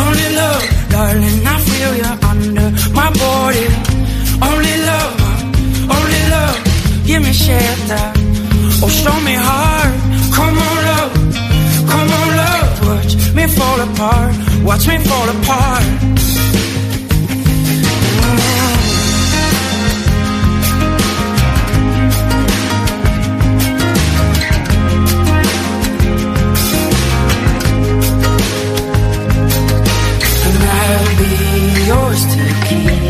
only love. Darling, I feel you under my body. Only love, only love. Give me shelter. Oh, show me hard. Come on, love. Come on, love. Watch me fall apart. Watch me fall apart. And I'll be yours to keep.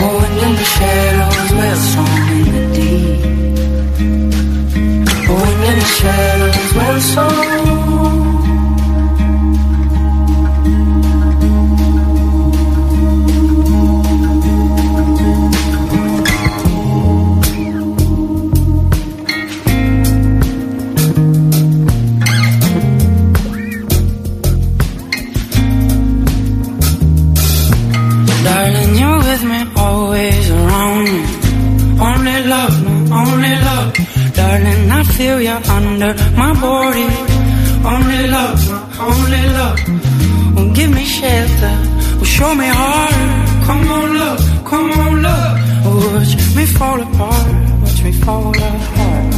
Wind in the shadows will song in the deep. Wind in the shadows will song. Darling, you with me, always around me. Only love, no, only love. Darling, I feel you under my body. Only love, no, only love. Oh, give me shelter, oh, show me heart. Come on, love, come on, love. Oh, watch me fall apart, watch me fall apart.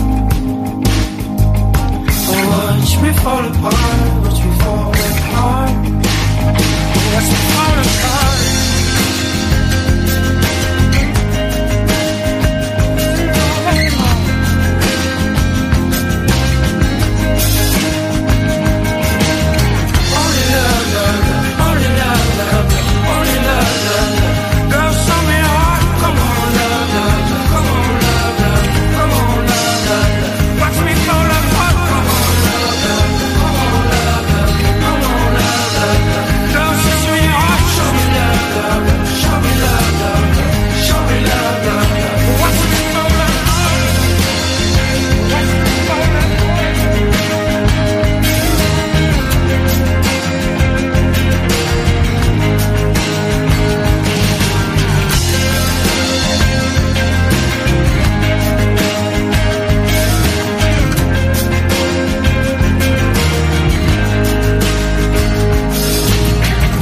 Oh, watch me fall apart, watch me fall apart. Oh, watch me fall apart.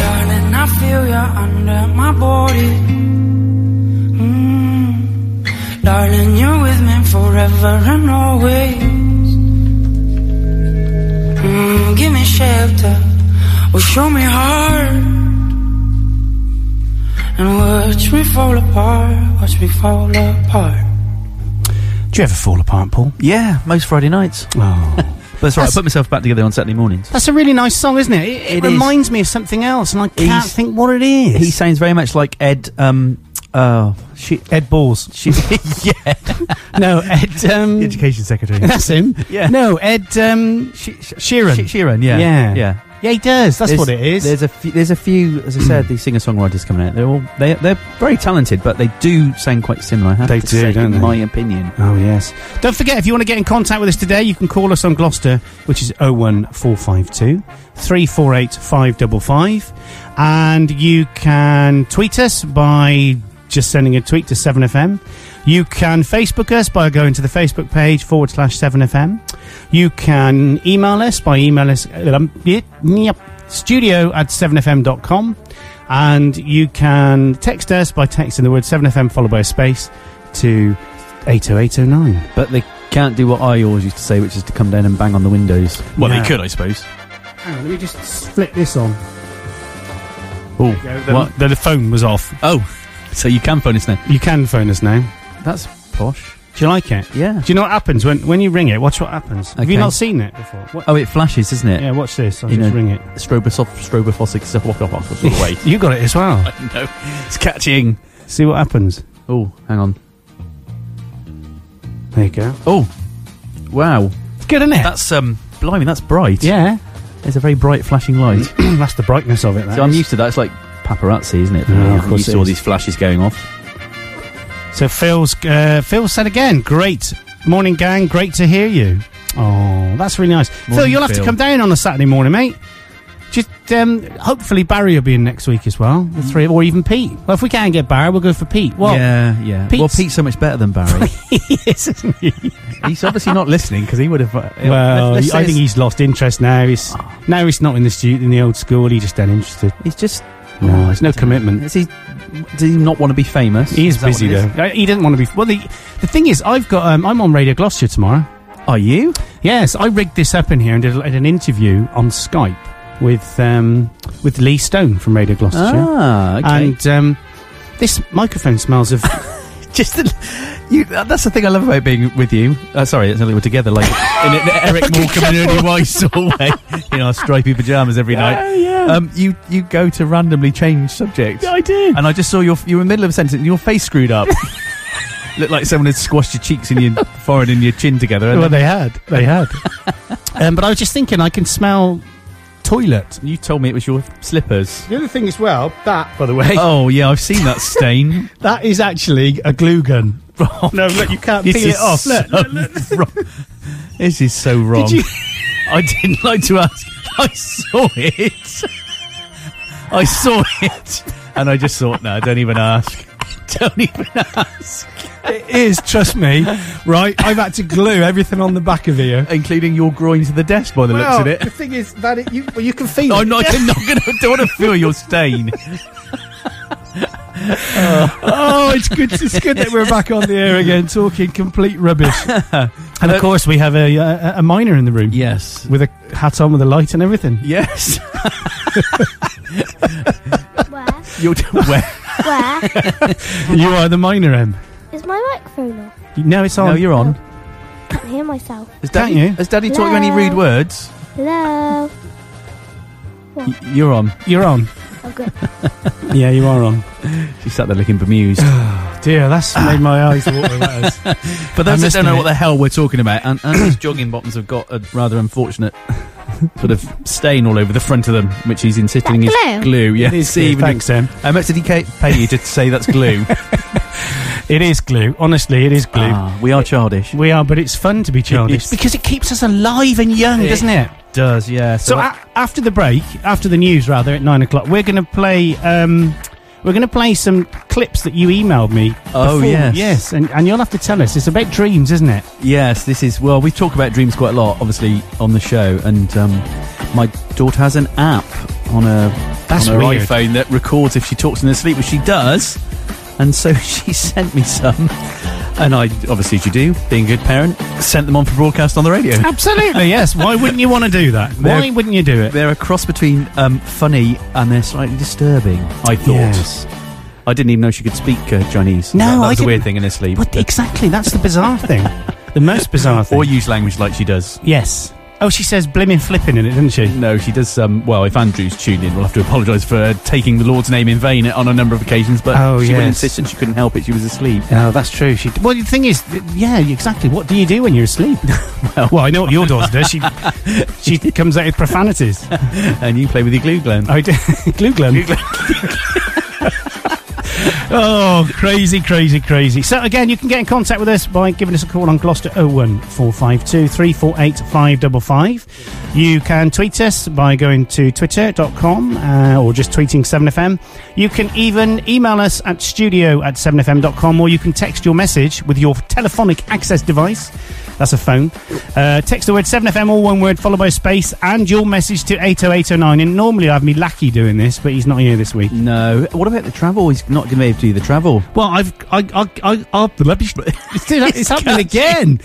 Darling, I feel you under my body. Mm. Darling, you're with me forever and always. Mm. Give me shelter, or show me heart. And watch me fall apart, watch me fall apart.
Do you ever fall apart, Paul?
Yeah, most Friday nights.
Oh.
but that's right. I
That's-
put myself back together on Saturday mornings.
That's a really nice song, isn't it? It, it,
It is.
reminds me of something else, and I can't
He's-
think what it is.
He sounds very much like Ed. Um, oh, she,
Ed Balls.
she, yeah,
no, Ed. Um,
education secretary.
that's him.
Yeah.
No, Ed um,
She, she,
Sheeran.
She- Sheeran. Yeah,
Yeah.
yeah.
yeah, he does. That's
There's-
what it is. Mm.
There's a few, there's a few. As I said, these singer songwriters coming out. They're all they they're very talented, but they do sound quite similar. I have
They
to
do,
say,
don't
in
they?
my opinion.
Oh yes. Don't forget if you want to get in contact with us today, you can call us on Gloucester, which is 01452 348 555, and you can tweet us by just sending a tweet to 7FM. You can Facebook us by going to the Facebook page forward slash 7FM. You can email us by email us um, yeah, yep, studio at 7FM.com. And you can text us by texting the word 7FM followed by a space to 80809.
But they can't do what I always used to say, which is to come down and bang on the windows.
Well, they Yeah. could,
I suppose.
Hang on, let me just flip this on.
Oh,
The,
what?
The, phone was off.
Oh, so you can phone us now.
You can phone us now.
That's posh.
Do you like it?
Yeah.
Do you know what happens when, when you ring it? Watch what happens. Have you
Okay.
not seen it before? What?
Oh, it flashes, isn't it?
Yeah, watch this. I'll
You
just
know-
ring it.
Strobos- Strobophotic Strobophotic away.
You got it as well.
no, it's catching.
See what happens.
Oh, hang on.
There you go.
Oh, wow.
It's good, isn't it?
That's um, blimey, that's bright.
yeah.
it's a very bright flashing light.
That's the brightness of it. that
so I'm
is.
used to that. It's like paparazzi, isn't it?
Yeah, of
I'm
course
used
it
to all
is.
these flashes going off.
So Phil's uh, Phil said again, great morning gang, great to hear you. Oh, that's really nice. Phil,
Morning,
you'll have to
Phil.
come down on a Saturday morning, mate. Just um, hopefully Barry will be in next week as well. The three, or even Pete. Well, if we can't get Barry, we'll go for Pete. Well,
yeah, yeah. well, Pete's so much better than Barry.
yes, isn't he?
He's obviously not listening because he would have. Uh,
Well,
let's- let's
I
say
think
it's- Ah.
he's lost interest now. He's now he's not in the stu- in the old school. He just ain't interested.
He's just Ah,
no. There's no commitment.
Is he? Does he not want to be famous?
He is,
Is that
busy
what it
though.
is?
Uh, He doesn't want to be. Well, the the thing is, I've got. Um, I'm on Radio Gloucester tomorrow.
Are you?
Yes, I rigged this up in here and did, a- did an interview on Skype with um, with Lee Stone from Radio Gloucestershire.
Ah, okay.
And um, this microphone smells of.
Just the, you, that's the thing I love about being with you. Uh, sorry, it's not that we're together like in an Eric Morecambe and Ernie Weiss sort of way in our stripy pajamas every night.
Oh, Yeah, yeah.
Um, you you go to randomly change subjects.
I did.
And I just saw your you were in the middle of a sentence and your face screwed up. Looked like someone had squashed your cheeks and your forehead and your chin together. and
Well,
then-
they had. They had. um, but I was just thinking, I can smell toilet.
You told me it was your slippers.
The other thing as well, that, by the way.
Oh yeah, I've seen that stain.
That is actually a glue gun. no, look, you can't
This
peel
is
it off. Look,
so
look, look.
wrong. This is so wrong.
Did you?
I didn't like to ask. I saw it. I saw it, and I just thought, no, don't even ask. Don't even ask,
It is, trust me. Right, I've had to glue everything on the back of here.
including your groin to the desk by the
Well,
looks of
The
it. Oh,
thing is that it, you, well, you can feel
I'm
it.
not, I'm not gonna. Don't want to feel your stain.
oh, it's good. It's good that we're back on the air again, talking complete rubbish. and of course, we have a a, a miner in the room.
Yes.
with a hat on, with a light, and everything.
Yes.
Where?
You're where?
Where?
You are the miner, Em.
Is my microphone on?
No, it's on.
No, you're on.
I can't hear myself.
Has
Can't
Daddy,
you?
Has Daddy taught you any rude words?
Hello.
Y- you're on.
You're on.
Oh, good.
Yeah, you are on.
She sat there looking bemused.
Dear, that's made my eyes water. That is.
For those
Ah. I
that
must
don't know
admit-
what the hell we're talking about, and, and these jogging bottoms have got a rather unfortunate sort of stain all over the front of them, which he's insisting is
That
glue.
glue?
Yeah,
It Um, is
See,
glue,
even-
thanks, Em.
How much did he ca- pay you to say that's glue?
It is glue. Honestly, it is glue.
Ah, we are childish.
We are, but it's fun to be childish
It's-
because it keeps us alive and young, doesn't it?
Does yeah.
So a- after the break, after the news rather, at nine o'clock, we're going to play. Um, we're going to play some clips that you emailed me.
Oh,
before-
yes.
yes, and, and you'll have to tell us. It's about dreams, isn't it?
Yes, this is well. We talk about dreams quite a lot, obviously, on the show. And um, my daughter has an app on her
That's
on her
weird.
iPhone that records if she talks in her sleep, which she does. And so she sent me some, and I obviously, as you do, being a good parent, sent them on for broadcast on the radio.
Absolutely, yes. Why wouldn't you want to do that? Why
They're-
wouldn't you do it?
They're a cross between um, funny and they're slightly disturbing. I thought.
Yes.
I didn't even know she could speak uh, Chinese.
No,
that, that
I
was a weird
didn't-
thing in her sleep.
What, exactly, that's the bizarre thing. the most bizarre thing.
or use language like she does.
yes. Oh, she says blimmin' flipping in it, doesn't she?
No, she does. Um, well, if Andrew's tuned in, we'll have to apologise for taking the Lord's name in vain on a number of occasions. But
Oh,
she
yes.
would insist, and she couldn't help it. She was asleep.
Oh, that's true. She. Well, the thing is, th- yeah, exactly. What do you do when you're asleep? well, I know what your daughter does. She she comes out with profanities.
and you play with your glue glam.
I do. glue glam. oh, crazy, crazy, crazy. So, again, you can get in contact with us by giving us a call on Gloucester 01452 348 555. You can tweet us by going to twitter.com uh, or just tweeting 7FM. You can even email us at studio at 7FM.com or you can text your message with your telephonic access device. That's a phone. Uh, text the word 7FM, all one word, followed by a space, and your message to 80809. And normally I have me lackey doing this, but he's not here this week.
No. What about the travel? He's not going to be able to do the travel.
Well, I've I I I, I the rubbish. It's, it's happening again.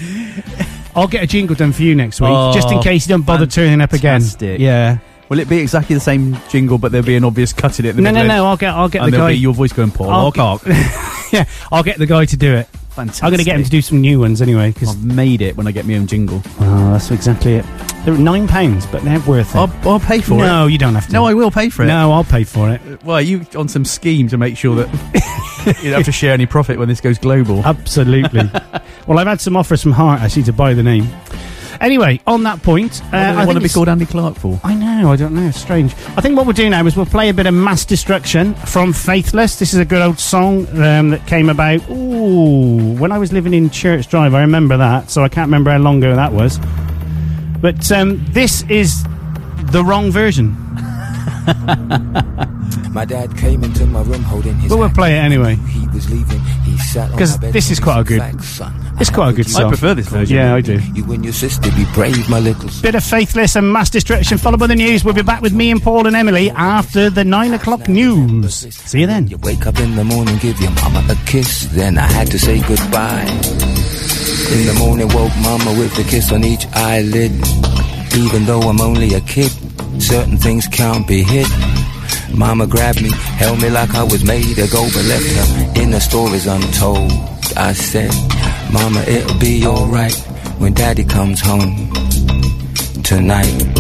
I'll get a jingle done for you next week,
Oh,
just in case you don't bother turning up again.
fantastic.
Yeah.
Will it be exactly the same jingle, but there'll be an obvious cut in it? at the
No, no,
middle
no. I'll get I'll get
and
the
there'll
guy.
be your voice going, Paul
I'll
Alcock.
yeah, I'll get the guy to do it.
Fantastic.
I'm going to get him to do some new ones anyway. Because
I've made it when I get my own jingle.
Ah, that's exactly it. They're nine pounds, but they're worth it.
I'll, I'll pay for it.
no, you don't have to.
No, I will pay for it.
No, I'll pay for it.
Well, you on some scheme to make sure that you don't have to share any profit when this goes global.
Absolutely. well, I've had some offers from Heart actually to buy the name. Anyway, on that point, uh,
What do they
I
want
think
to be
it's-
called Andy Clark for?
I know, I don't know, it's strange. I think what we'll do now is we'll play a bit of Mass Destruction from Faithless. This is a good old song um, that came about, ooh, when I was living in Church Drive, I remember that, so I can't remember how long ago that was. But um, this is the wrong version.
My dad came into my room holding his
But we'll
hat.
play it anyway.
He was leaving. He sat on my
'Cause
bed
this
and
is quite a good-
said, "Thanks, son.
it's
I
quite a
hope
good
you-
song. I prefer this version. Yeah, I do.
You and your sister be brave, my little
Bit of faithless and mass destruction, followed by the news. We'll be back with me and Paul and Emily after the nine o'clock news. See you then.
You wake up in the morning, give your mama a kiss. Then I had to say goodbye. In the morning, woke mama with a kiss on each eyelid. Even though I'm only a kid, certain things can't be hid. Mama grabbed me, held me like I was made to go, but left her in the stories untold. I said, Mama, it'll be alright when daddy comes home tonight.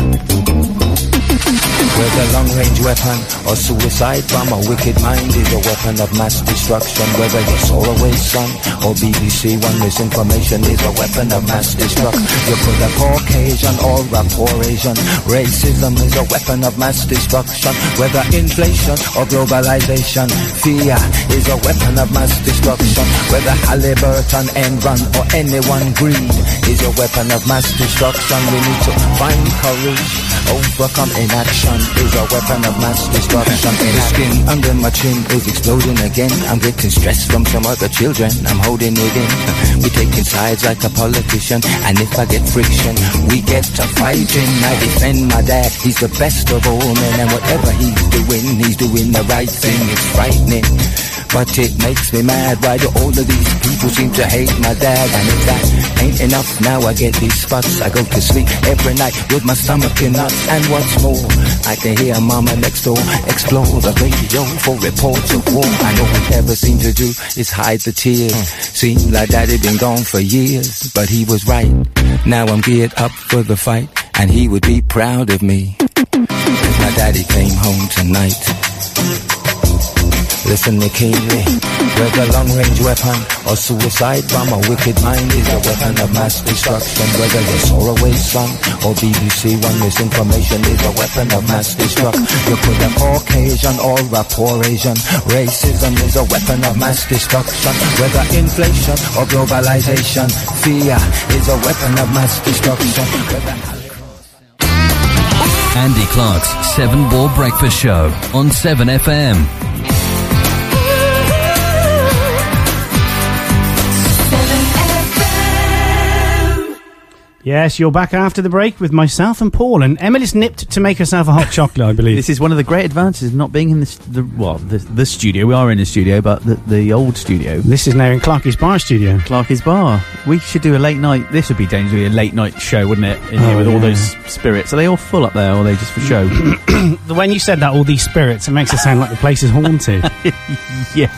Whether long range weapon or suicide bomb, a wicked mind is a weapon of mass destruction. Whether your solar away son or BBC One, misinformation is a weapon of mass destruction. You put a Caucasian or a poor Asian, racism is a weapon of mass destruction. Whether inflation or globalization, fear is a weapon of mass destruction. Whether Halliburton, Enron or anyone, greed is a weapon of mass destruction. We need to find courage. Overcome inaction is a weapon of mass destruction. the skin under my chin is exploding again. I'm getting stress from some other children. I'm holding it in. We taking sides like a politician. And if I get friction, we get to fighting. I defend my dad. He's the best of all men. And whatever he's doing, he's doing the right thing. It's frightening. But it makes me mad why do all of these people seem to hate my dad And if that ain't enough now I get these spots I go to sleep every night with my stomach in knots And what's more, I can hear mama next door Explore the radio for reports of war I know whatever seemed to do is hide the tears Seemed like daddy been gone for years But he was right, now I'm geared up for the fight And he would be proud of me Cause my daddy came home tonight Listen me keenly. Whether long range weapon or suicide bomb, a wicked mind is a weapon of mass destruction. Whether your sorrow away son or BBC One, misinformation is a weapon of mass destruction. You put a Caucasian or a poor Asian, racism is a weapon of mass destruction. Whether inflation or globalization, fear is a weapon of mass destruction. Whether
Andy Clark's Seven Ball Breakfast Show on 7FM.
Yes, you're back after the break with myself and Paul. And Emily's nipped to make herself a hot chocolate, I believe.
This is one of the great advantages of not being in this, the well, the, the studio. We are in the studio, but the, the old studio.
This is now in Clarky's Bar studio.
Clarky's Bar. We should do a late night. This would be dangerously a late night show, wouldn't it? In here
Oh,
with all
yeah.
those spirits. Are they all full up there, or are they just for show?
when you said that, all these spirits, it makes it sound like the place is haunted.
yeah.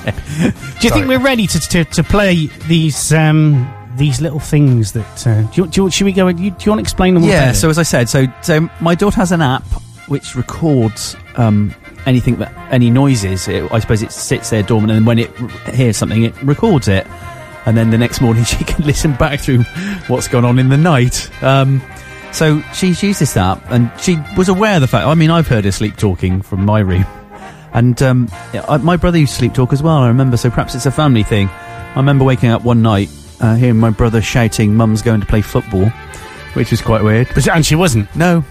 Do you think we're ready to, to, to play these um, these little things that? Uh, do you, do you, should we go? Do you, do you want to explain them? all
Yeah.
better?
So as I said, so so my daughter has an app which records um, anything that any noises. It, I suppose it sits there dormant, and when it r- hears something, it records it, and then the next morning she can listen back through what's gone on in the night. Um, so she's used this app, and she was aware of the fact. I mean, I've heard her sleep talking from my room, and um, yeah, I, my brother used to sleep talk as well. I remember, so perhaps it's a family thing. I remember waking up one night uh, hearing my brother shouting, "Mum's going to play football," which was quite weird.
But, and she wasn't.
No.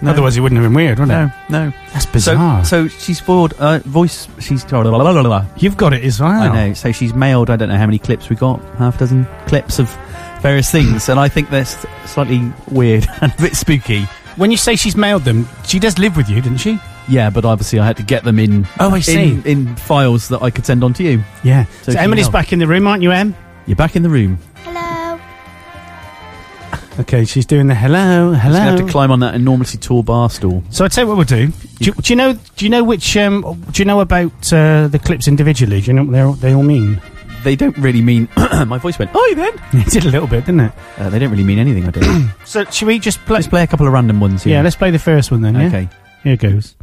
no.
Otherwise, it wouldn't have been weird, would
No,
it?
no.
That's bizarre.
So, so she's forward uh, voice. She's
you've got it as well.
I know. So she's mailed. I don't know how many clips we got. Half dozen clips of various things, and I think that's slightly weird and a bit spooky.
When you say she's mailed them, she does live with you, didn't she?
Yeah, but obviously I had to get them in.
Oh, I see.
In, in files that I could send on to you.
Yeah.
So
So,
she
Emily's
mailed.
back in the room, aren't you, Em?
You're back in the room.
Hello.
Okay, she's doing the hello,
She's
hello.
gonna have to climb on that enormously tall bar stool.
So I tell you what we'll do. Do you, do you know? Do you know which? Um, do you know about uh, the clips individually? Do you know what they all, they all mean?
They don't really mean. my voice went. Oh, then.
It did a little bit, didn't it?
Uh, they don't really mean anything. I did.
So should we just play?
Let's play a couple of random ones. Here.
Yeah, let's play the first one then. Yeah?
Okay.
Here goes.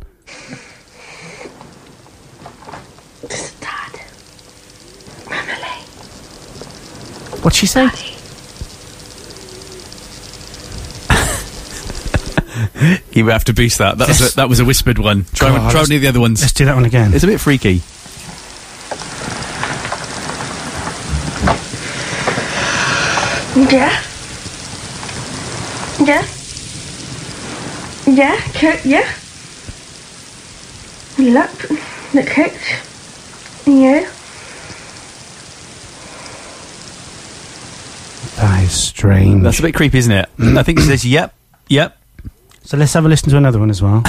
What'd she say?
You have to boost that. That was a, that was a whispered one. Try,
God,
try one of the other ones.
Let's do that one again.
It's a bit freaky.
Yeah. Yeah. Yeah, cook, yeah. Look, the cooked. Yeah.
That is strange.
That's a bit creepy, isn't it? I think she says, "Yep, yep."
So let's have a listen to another one as well.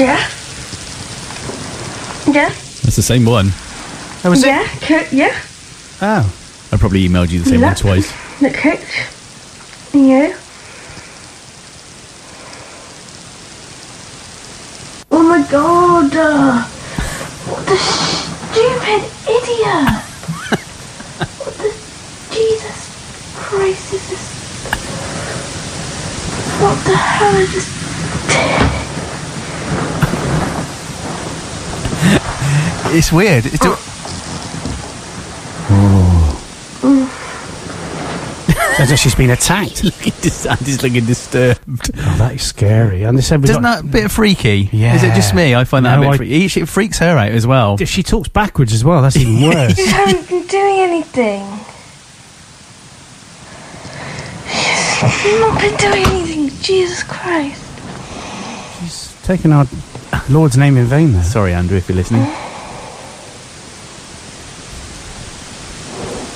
Yeah. Yeah.
That's the same one.
yeah, cook, yeah.
Oh.
I probably emailed you the same one
Look.
twice.
The cooked. Yeah. Oh my god. uh, what the stupid idiot. what the Jesus Christ is this? What the hell is this?
It's weird. It's do-
Oh. As if she's been attacked.
Andy's looking disturbed.
Oh, that is scary. And they said we
Doesn't
got-
that a bit freaky?
Yeah.
Is it just me? I find that
No,
a bit
I-
freaky. She- It freaks her out as well.
She talks backwards as well. That's even
You haven't been doing anything. You've not been doing anything, Jesus Christ.
Taking our Lord's name in vain there.
Sorry, Andrew, if you're listening.
Hmm.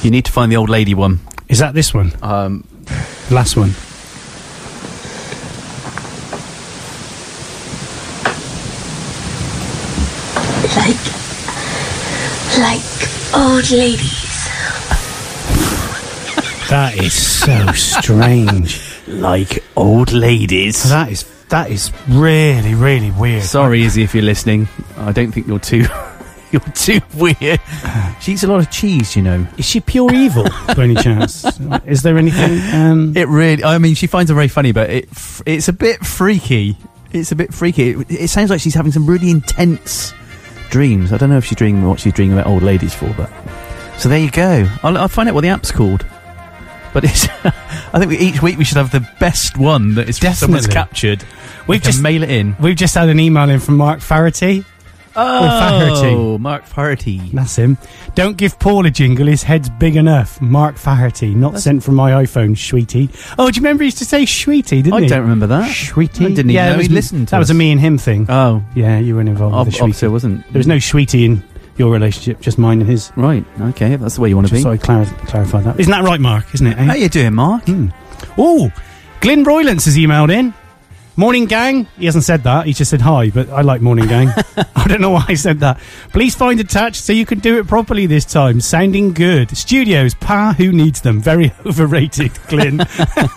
You need to find the old lady one.
Is that this one?
Um,
Last one.
Like, like old ladies.
That is so strange.
Like old ladies.
That is that is really really weird.
Sorry, Izzy, if you're listening. I don't think you're too. you're too weird. She eats a lot of cheese, you know.
Is she pure evil? By any chance, is there anything? Um,
it really. I mean, she finds it very funny, but it f- it's a bit freaky. It's a bit freaky. It, it sounds like she's having some really intense dreams. I don't know if she's dreaming what she's dreaming about old ladies for, but so there you go. I'll, I'll find out what the app's called. But it's. I think we, each week we should have the best one that is someone's
Definitely.
captured.
We've
can
just-
mail it in.
We've just had an email in from Mark Farity.
Oh, Mark Farity.
That's him. Don't give Paul a jingle. His head's big enough. Mark Farity, not sent from my iPhone, sweetie. Oh, do you remember he used to say sweetie? Didn't
I
he?
don't remember that.
Sweetie.
I didn't even
yeah,
know
that was,
he'd listened to
That was a
us.
me and him thing.
Oh,
yeah, you weren't involved.
Ob-
with the
obviously
sweetie.
I wasn't.
There was no sweetie in your relationship, just mine and his.
Right. Okay, that's the way you want to
Just
be.
thought I'd clar- clarify that. Isn't that right, Mark? Isn't it? eh?
How you doing, Mark?
Oh, Glyn Roylance has emailed in. Morning gang. He hasn't said that. He just said hi, but I like morning gang. I don't know why I said that. Please find attached so you can do it properly this time. Sounding good. Studios, pa, who needs them? Very overrated, Glyn.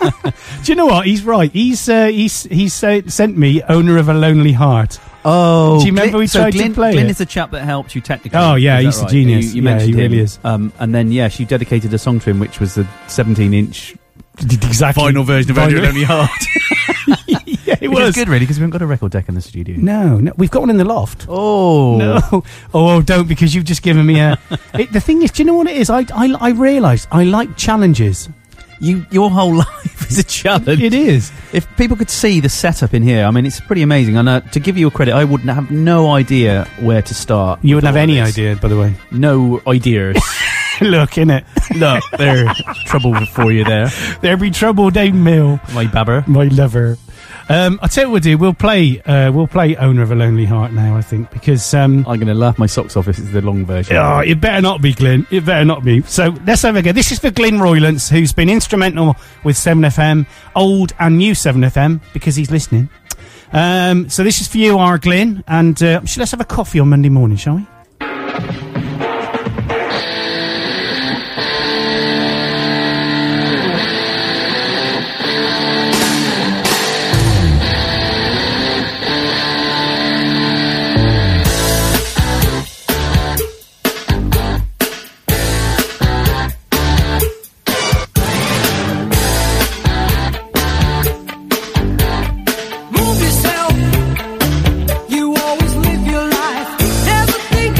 do you know what? He's right. He's uh, he's he's uh, sent me owner of a lonely heart.
Oh,
do you remember
Glyn-
we
so
tried
Glyn-
to play
Glyn
it?
is the chap that helps you technically.
Oh, yeah,
is that
he's a genius.
You, you
Yeah,
mentioned
he really
him.
is.
Um, and then yeah, she dedicated a song to him, which was the 17-inch
exactly
final version of Only
Vinyl.
Lonely Heart.
yeah, it
Which is
was.
good, really, because we haven't got a record deck in the studio.
No, no, we've got one in the loft.
Oh
no! Oh, don't because you've just given me a. it, the thing is, do you know what it is? I I, I realised I like challenges.
You your whole life is a challenge.
It is.
If people could see the setup in here, I mean, it's pretty amazing. And uh, to give you a credit, I wouldn't have no idea where to start.
You wouldn't
with
have
all
any
this.
idea, by the way.
No ideas.
Look, innit?
Look, there, trouble for you there,
There be trouble, Dave Mill,
my babber.
my lover. Um, I tell you what, we'll do. We'll play. Uh, we'll play "Owner of a Lonely Heart" now. I think because. Um,
I'm going to laugh my socks off if it's the long version.
Oh, it better not be, Glyn. It better not be. So let's have a go. This is for Glyn Roylance, who's been instrumental with 7FM, old and new 7FM, because he's listening. Um, so this is for you, R. Glyn, and uh, should let's have a coffee on Monday morning, shall we?
Move yourself. You always live your life. There's a thing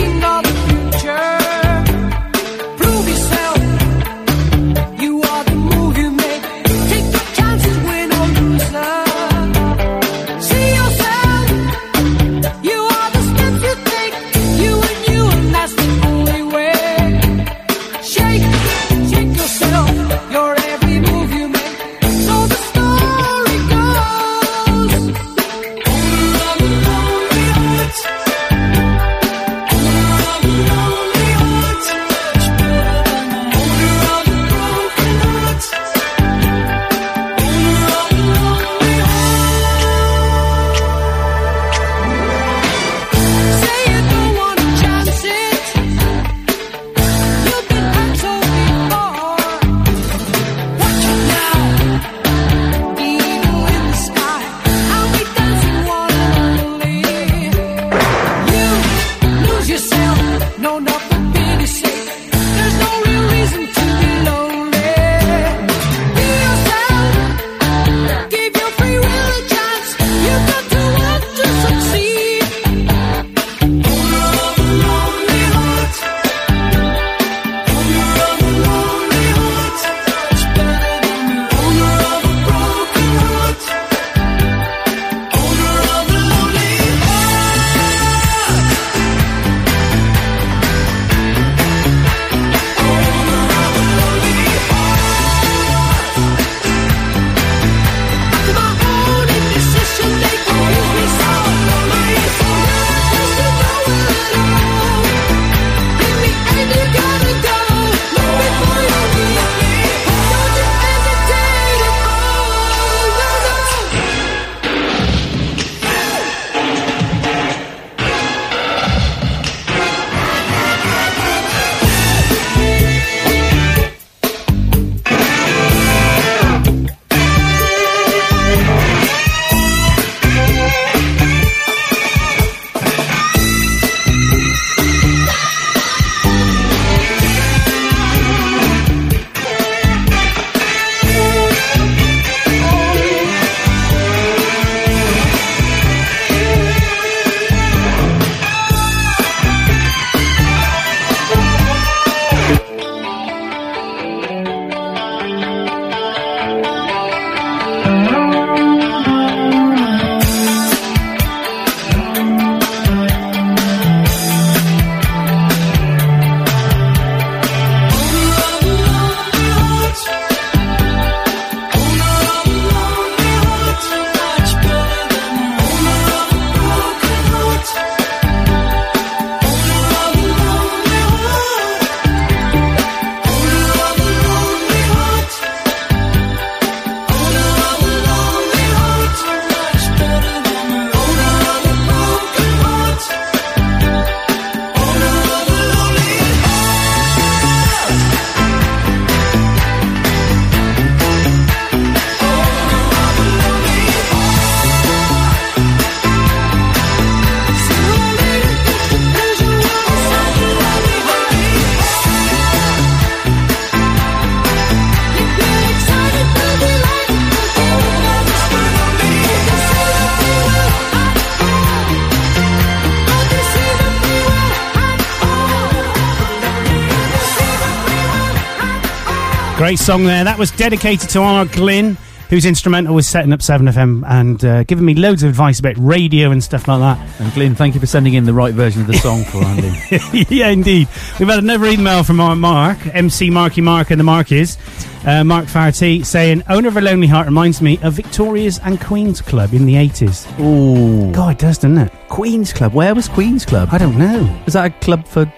Great song there. That was dedicated to R. Glynn, whose instrumental was setting up 7FM and uh, giving me loads of advice about radio and stuff like that.
And Glyn, thank you for sending in the right version of the song for Andy.
yeah, indeed. We've had another email from our Mark, MC Marky Mark and the Markies, uh, Mark Farty, saying, Owner of a Lonely Heart reminds me of Victoria's and Queen's Club in the 80s.
Ooh.
God, it does, doesn't it?
Queen's Club. Where was Queen's Club?
I don't know.
Was that a club for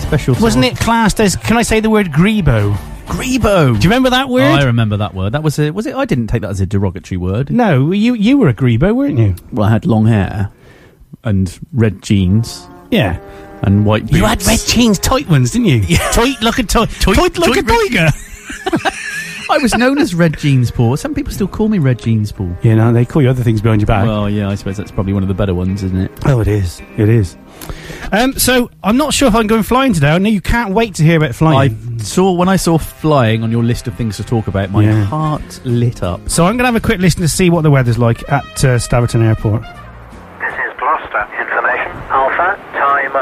special?
Wasn't it classed as, can I say the word grebo?
Grebo. Do
you remember that word?
I remember that word. That was a, was it? I didn't take that as a derogatory word.
No, you you were a grebo, weren't you?
Well, I had long hair and red jeans.
Yeah.
And white boots.
You had red jeans, tight ones, didn't you? Yeah. Tight like a tight, tight like a tiger.
I was known as Red Jeans Paul. Some people still call me Red Jeans Paul.
You know, they call you other things behind your back.
Well, yeah, I suppose that's probably one of the better ones, isn't it?
Oh, it is. It is. Um, so I'm not sure if I'm going flying today. I know you can't wait to hear about flying.
I saw when I saw flying on your list of things to talk about, my
Yeah.
heart lit up.
So I'm going to have a quick listen to see what the weather's like at uh, Staverton Airport.
This is Gloucester. Information Alpha, time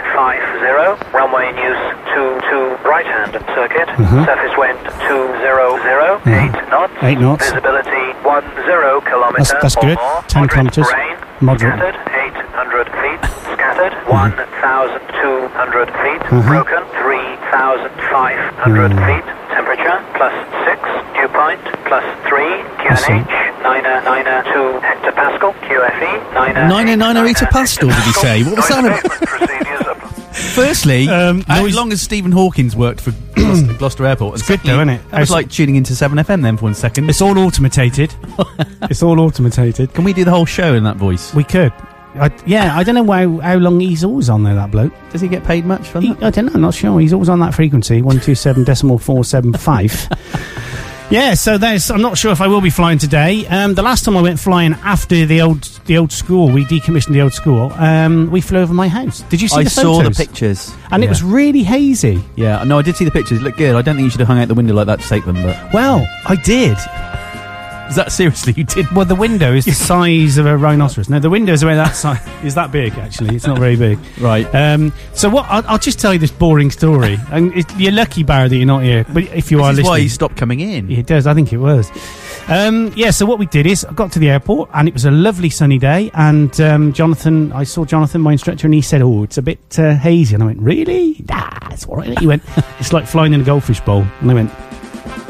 0850, runway news 22 right hand circuit,
Mhm.
surface wind 200, 8 knots,
Eight knots.
visibility 10 kilometers
That's, that's
or
good.
more,
Ten kilometres. Moderate.
scattered 800 feet, scattered 1,200 feet,
Mhm.
broken 3,500 feet, temperature plus 6, dew point plus 3, QNH 992 hectopascal, QFE 9
Niner niner eat a pastel, did he say? What was that about? Firstly,
Um,
how long has Stephen Hawkins worked for Gloucester, Gloucester Airport? It's
good though, isn't it?
That was like tuning into 7FM then for one second.
It's all automated. it's all automated.
Can we do the whole show in that voice?
We could. I, yeah, I don't know why, how long he's always on there, that bloke.
Does he get paid much for
He-
that?
I don't know, I'm not sure. He's always on that frequency, 127.475. yeah, so there's, I'm not sure if I will be flying today. Um, the last time I went flying after the old the old school, we decommissioned the old school, um, we flew over my house. Did you see
I
the
saw the
photos?
pictures.
And it
Yeah.
was really hazy.
Yeah, no, I did see the pictures. Look good. I don't think you should have hung out the window like that to take them, but.
Well, I did.
Is that seriously you did?
Well, the window is the size of a rhinoceros. No, the window is about that size. Is that big? Actually, it's not very big.
Right.
Um, so what? I'll, I'll just tell you this boring story. And it, you're lucky, Barry, that you're not here. But if you
This
are
is
listening,
why you stopped coming in.
It does. I think it was. Um, yeah. So what we did is I got to the airport and it was a lovely sunny day. And um, Jonathan, I saw Jonathan, my instructor, and he said, "Oh, it's a bit uh, hazy." And I went, "Really? Nah, it's all right." He went, "It's like flying in a goldfish bowl." And I went,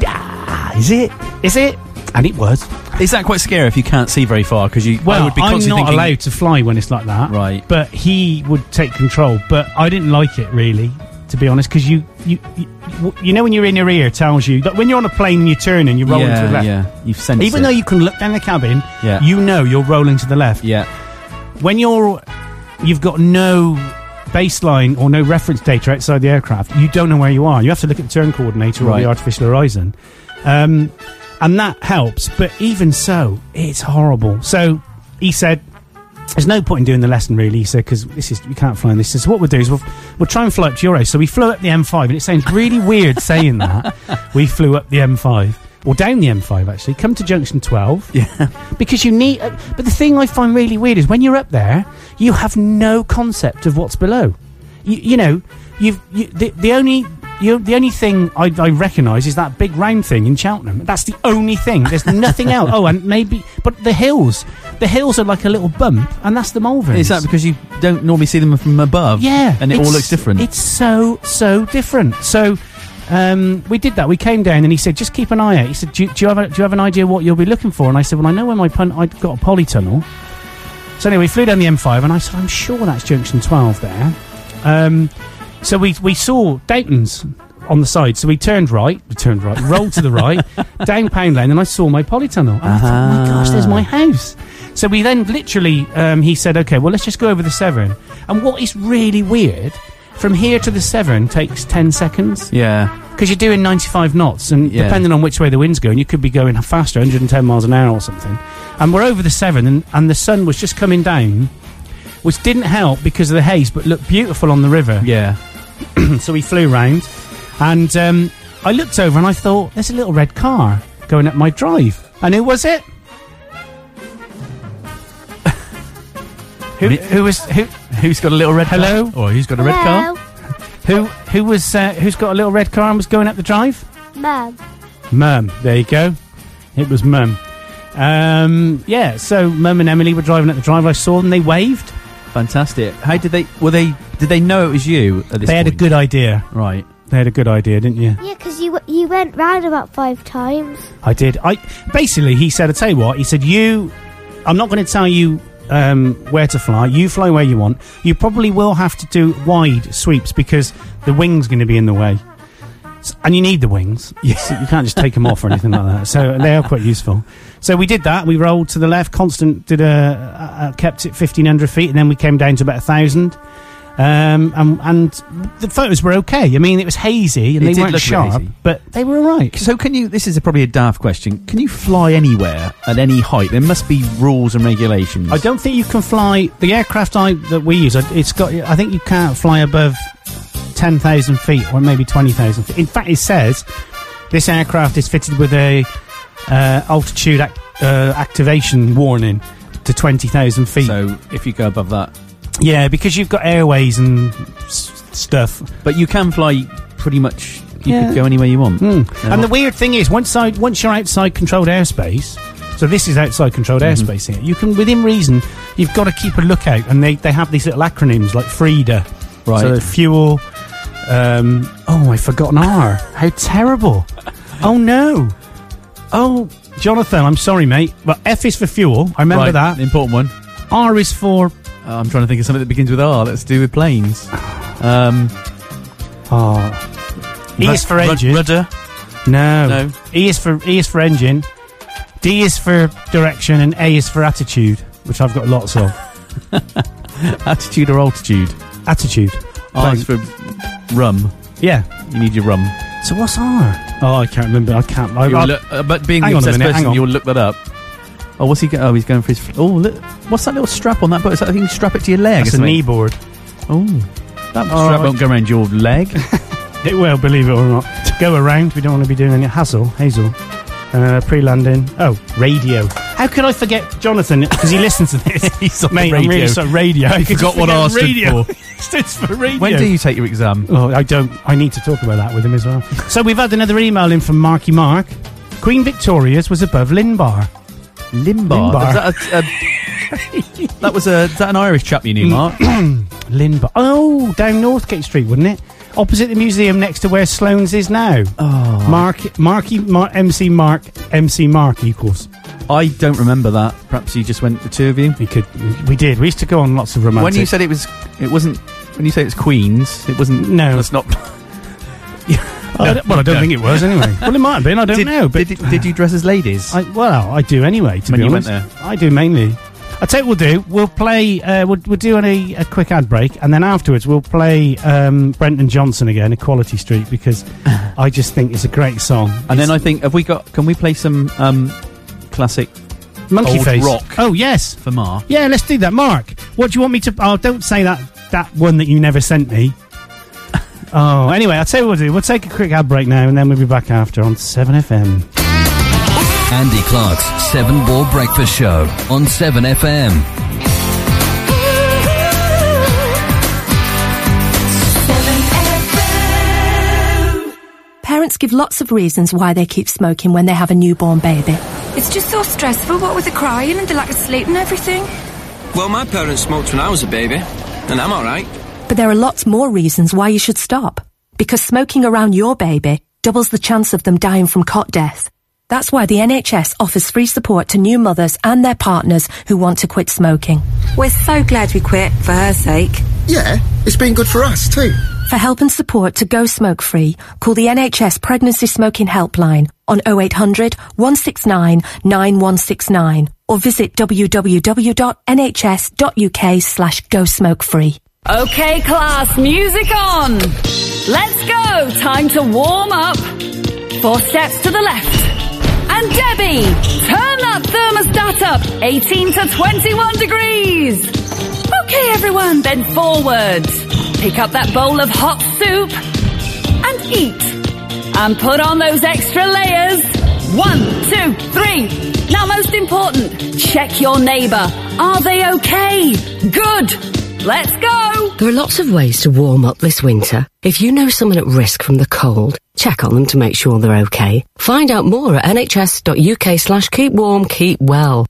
"Ah, is it? Is it?" And it was.
Is that quite scary if you can't see very far? Because you
Well,
I would be
I'm not
constantly thinking,
allowed to fly when it's like that.
Right.
But he would take control. But I didn't like it really, to be honest, because you, you you w- you know when you're in your ear it tells you that when you're on a plane and you turn and you're rolling
yeah,
to the left.
yeah, you've sensed
Even
it.
though you can look down the cabin,
Yeah.
you know you're rolling to the left.
yeah,
When you're you've got no baseline or no reference data outside the aircraft, you don't know where you are. You have to look at the turn coordinator or
Right.
the artificial horizon. Um, and that helps, but even so, it's horrible. So he said there's no point in doing the lesson really, he said, because this is you can't fly in this. So what we'll do is we'll, we'll try and fly up to Euro. So we flew up the M5, and it sounds really weird saying that. We flew up the M5 or down the M5 actually, come to junction 12.
Yeah.
Because you need. Uh, but the thing I find really weird is when you're up there, you have no concept of what's below. You, you know, you've you, the, the only. You, the only thing I, I recognise is that big round thing in Cheltenham. That's the only thing. There's nothing else. Oh, and maybe, but the hills. The hills are like a little bump, and that's the Malverns.
Is that because you don't normally see them from above?
Yeah,
and it all
it's-
looks different.
It's so so different. So um, we did that. We came down and he said, "Just keep an eye out." He said, "Do, you- do you have a, do you have an idea what you'll be looking for?" And I said, "Well, I know where my pun. I've got a polytunnel." So anyway, we flew down the M5 and I said, "I'm sure that's junction 12 there." Um, so we we saw Dayton's on the side. So we turned right, we turned right, rolled to the right, down Pound Lane, and I saw my polytunnel. And I thought, "Oh my gosh, there's my house. So we then literally, um, he said, okay, well, let's just go over the Severn. And what is really weird, from here to the Severn takes 10 seconds.
yeah,
Because you're doing 95 knots, and
Yeah.
depending on which way the wind's going, you could be going faster, 110 miles an hour or something. And we're over the Severn, and, and the sun was just coming down, which didn't help because of the haze, but looked beautiful on the river.
yeah.
so we flew round, and um, I looked over and I thought, there's a little red car going up my drive. And who was it? who, who was who?
Who's got a little red?
Hello?
Car? Or who's got a red car?
Hello.
Who who was uh, who's got a little red car and was going up the drive?
Mum.
Mum. There you go. It was Mum. Um, yeah, so Mum and Emily were driving at the drive. I saw them. They waved.
Fantastic. How did they? Were they? Did they know it was you at this?
They had a good idea.
Right.
They had a good idea, didn't you?
Yeah, because you w- you went round about five times.
I did. I basically he said, "I tell you what." He said, "You, I'm not going to tell you um, where to fly. You fly where you want. You probably will have to do wide sweeps because the wings going to be in the way, S- and you need the wings. Yes, you can't just take them off or anything like that. So they are quite useful. So we did that. We rolled to the left. Constant did a, a, a kept it 1500 feet, and then we came down to about a thousand. Um, and, and the photos were okay. I mean, it was hazy and
It
they
did
weren't
look a bit
sharp,
hazy.
but they were all right.
So can you? This is a, probably a daft question. Can you fly anywhere at any height? There must be rules and regulations.
I don't think you can fly the aircraft I that we use. I- It's got. I think you can't fly above ten thousand feet, or maybe twenty thousand. feet. In fact, it says this aircraft is fitted with a uh, altitude ac- uh, activation warning to twenty thousand feet.
So if you go above that,
yeah, because you've got airways and Mm, s- stuff.
But you can fly pretty much. You
Yeah. Hmm.
could go anywhere you want. Now,
and the weird thing is, once I, once you're outside controlled airspace, so this is outside controlled
Mm-hmm.
airspace here. You can, within reason, you've got to keep a lookout, and they, they have these little acronyms like FRIDA,
Right.
So fuel. Um, oh, I forgot an R. How terrible! Oh no! Oh, Jonathan, I'm sorry, mate. But F is for fuel. I remember
Right,
that.
Important one.
R is for. uh,
I'm trying to think of something that begins with R. That's to do with planes. Um,
oh. E
Ru-
is for
ru-
engine.
rudder.
No.
No.
E is for E is for engine. D is for direction, and A is for attitude, which I've got lots of.
attitude or altitude?
Attitude.
R is for rum.
Yeah.
You need your rum.
So what's R? Oh, I can't remember. I can't. I,
You'll
I-
look- uh, but being
hang
the
on a
obsessed
minute, hang
person,
on.
you'll look that up. Oh, what's he? Go- oh, he's going for his. Fl- oh, look, what's that little strap on that boat? Is that thing you strap it to your leg?
That's a
or something?
knee board.
Oh, that strap won't go around your leg.
It will, believe it or not. Go around. We don't want to be doing any hassle, hazel. Uh, pre-landing. Oh, radio. How could I forget Jonathan? Because he listens to this.
He's on
Mate,
the
I'm
radio.
really sorry. Radio. I
He
could
forgot
just
what
forget
R stood
radio.
for.
Stands for radio.
When do you take your exam?
Oh, I don't. I need to talk about that with him as well. so we've had another email in from Marky Mark. Queen Victoria's was above Linbar.
Limbar.
Limbar.
Is that, a, a- that was a. Is that an Irish chap
Mm.
you knew, Mark?
Linbar. Oh, down Northgate Street, wouldn't it? Opposite the museum, next to where Sloane's is now.
Oh.
Mark, Marky, Mar- MC Mark, MC Mark equals.
I don't remember that. Perhaps you just went the two of you.
We could. We did. We used to go on lots of romantic.
When you said it was, it wasn't. When you say it's Queens, it wasn't.
No.
that's not.
I don't- well, I don't think it was anyway. well, it might have been. I don't
Did-
know. But
did, did you dress as ladies?
I, well, I do anyway. To
When
be
you
honest,
went
I do mainly. I tell you what we'll do. We'll play. Uh, we'll, we'll do a, a quick ad break, and then afterwards we'll play um, Brenton Johnson again, Equality Street, because I just think it's a great song.
and then I think, have we got? Can we play some um, classic
Monkey
old
Face.
rock
Oh yes,
for Mar?
yeah. Let's do that, Mark. What do you want me to? Oh, don't say that. That one that you never sent me. oh, anyway, I'll tell you what we'll do. We'll take a quick ad break now, and then we'll be back after on Seven FM.
Andy Clark's Seven Ball Breakfast Show on 7FM.
Parents give lots of reasons why they keep smoking when they have a newborn baby.
It's just so stressful, what with the crying and the lack of sleep and everything.
Well, my parents smoked when I was a baby, and I'm alright.
But there are lots more reasons why you should stop. Because smoking around your baby doubles the chance of them dying from cot death. That's why the NHS offers free support to new mothers and their partners who want to quit smoking.
We're so glad we quit for her sake. Yeah, it's been good for us too.
For help and support to go smoke free, call the NHS Pregnancy Smoking Helpline on 0800 169 9169 or visit www.nhs.uk slash go smoke free.
Okay, class, music on. Let's go. Time to warm up. Four steps to the left. And Debbie, turn that thermostat up 18 to 21 degrees. Okay, everyone, bend forward. Pick up that bowl of hot soup and eat. And put on those extra layers. One, two, three. Now, most important, check your neighbour. Are they okay? Good. Let's go.
There are lots of ways to warm up this winter. If you know someone at risk from the cold, check on them to make sure they're okay. Find out more at nhs.uk slash keep warm, keep well.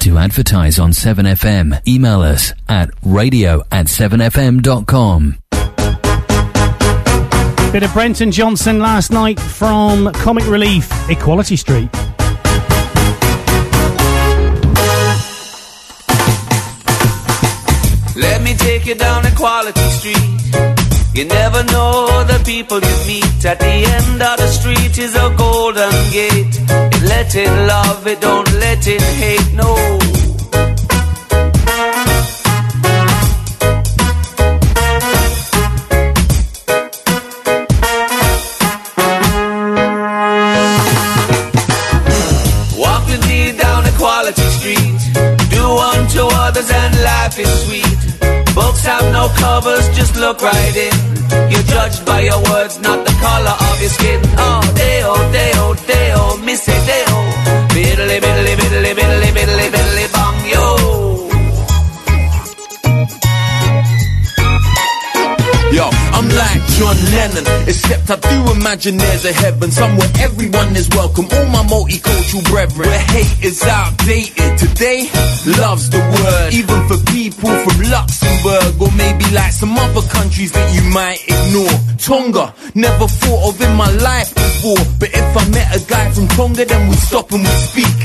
To advertise on 7FM, email us at radio at 7fm.com.
Bit of Brenton Johnson last night from Comic Relief, Equality Street.
Let me take you down Equality Street. You never know the people you meet. At the end of the street is a golden gate. It let in love, it don't let in hate, no. Walking me down Equality Street. Do unto others and life is sweet. Books have no covers, just look right in. You're judged by your words, not the color of your skin. Oh, deo, deo, deo, missy deo. Biddly, biddly, biddly, biddly, biddly, biddly, bong, yo.
Yo, I'm like John Lennon, except I do imagine there's a heaven somewhere everyone is welcome. All my multicultural brethren, where hate is outdated today, love's the word. Even for people from Luxembourg or maybe like some other countries that you might ignore. Tonga, never thought of in my life before, but if I met a guy from Tonga, then we stop and we speak.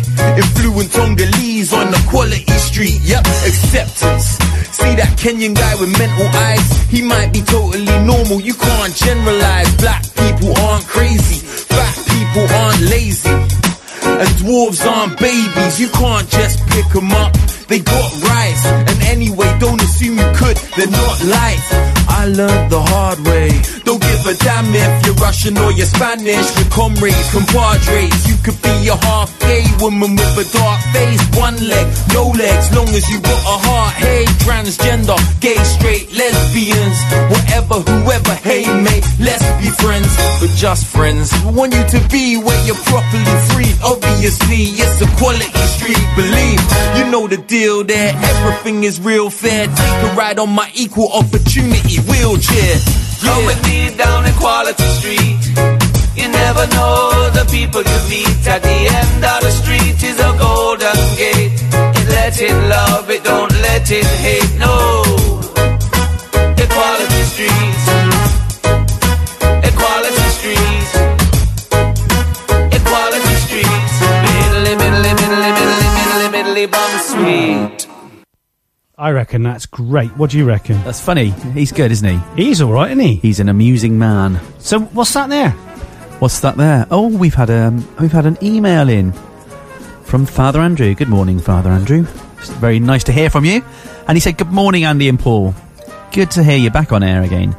Influent Tongolese on the quality street. Yep, acceptance. See that Kenyan guy with mental eyes? He might be totally normal. You can't generalize. Black people aren't crazy. Fat people aren't lazy. And dwarves aren't babies. You can't just pick 'em up. They got rights. And anyway, don't assume you could. They're not lights. I learned the hard way. Don't give a damn if you're Russian or you're Spanish. With comrades, compadres, you could be a half gay woman with a dark face, one leg, no legs, long as you got a heart. Hey, transgender, gay, straight, lesbians, whatever, whoever. Hey, mate, let's be friends, but just friends. We want you to be where you're properly free. Obviously, it's a quality street. Believe you know the deal there. Everything is real fair. Take a ride on my equal opportunity wheelchair.
Come with me down Equality Street. You never know the people you meet. At the end of the street is a golden gate. It let in love, it don't let in hate, no. Equality Street. Equality Street. Equality Street. Middly, middly, middly, middly, middly, middly, bum sweet.
I reckon that's great. What do you reckon?
That's funny. He's good, isn't
he? He's all right, isn't he?
He's an amusing man.
So what's that there?
What's that there? Oh, we've had um, we've had an email in from Father Andrew. Good morning, Father Andrew. It's very nice to hear from you. And he said, "Good morning, Andy and Paul. Good to hear you back on air again,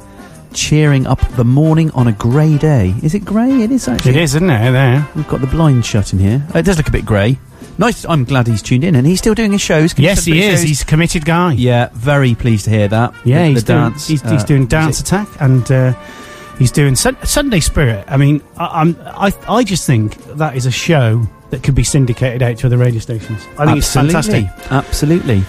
cheering up the morning on a grey day. Is it grey? It is actually.
It is, isn't it? There.
We've got the blind shut in here. Uh, It does look a bit grey. Nice. I'm glad he's tuned in, and he's still doing his shows.
Yes, he is. He's a committed guy.
Yeah, very pleased to hear that.
Yeah,
The-
he's,
the
doing,
dance,
he's,
uh,
he's doing dance
music.
attack and uh, he's doing sun- Sunday Spirit. I mean, I, I'm I, I just think that is a show that could be syndicated out to other radio stations. I think it's
Absolutely.
fantastic.
Absolutely.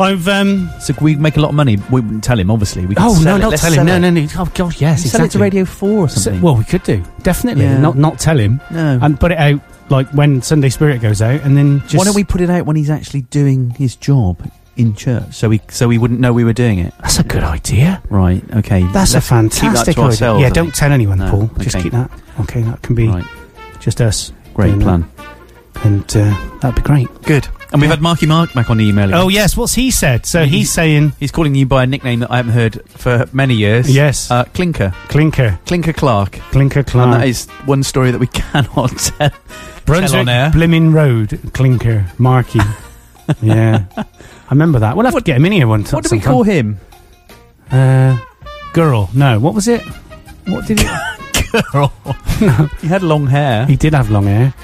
I've um.
So we make a lot of money. We wouldn't tell him, obviously. We could
Oh
sell
no,
it.
not
Let's
tell
sell
him. No,
it.
no, no. Oh God, yes,
Sell it to
exactly.
Radio Four or
So-
something.
well, we could do definitely.
Yeah.
Not not tell him.
No.
and put it out like when Sunday Spirit goes out, and then just
Why don't we put it out when he's actually doing his job in church, so we so we wouldn't know we were doing it?
That's a good idea.
Right. Okay.
That's a
Let's keep that to
fantastic idea.
ourselves,
Yeah,
I
don't
think.
tell anyone,
No,
Paul. Just
okay.
keep that. Okay, that can be just us.
Great
doing that.
plan.
And uh, that'd be great.
Good. And we've had Marky Mark back on the email. again.
Oh yes, what's he said? So he's saying
he's calling you by a nickname that I haven't heard for many years.
Yes.
uh, Clinker.
Clinker.
Clinker Clark.
Clinker
And
Clark,
that is one story that we cannot tell. tell
Brunswick
on air.
Blimmin Road, Clinker Marky. yeah, I remember that. We'll have to get him in here one time.
What do we call him?
Uh, girl. No, what was it? What did he?
Girl. He had long hair.
He did have long hair.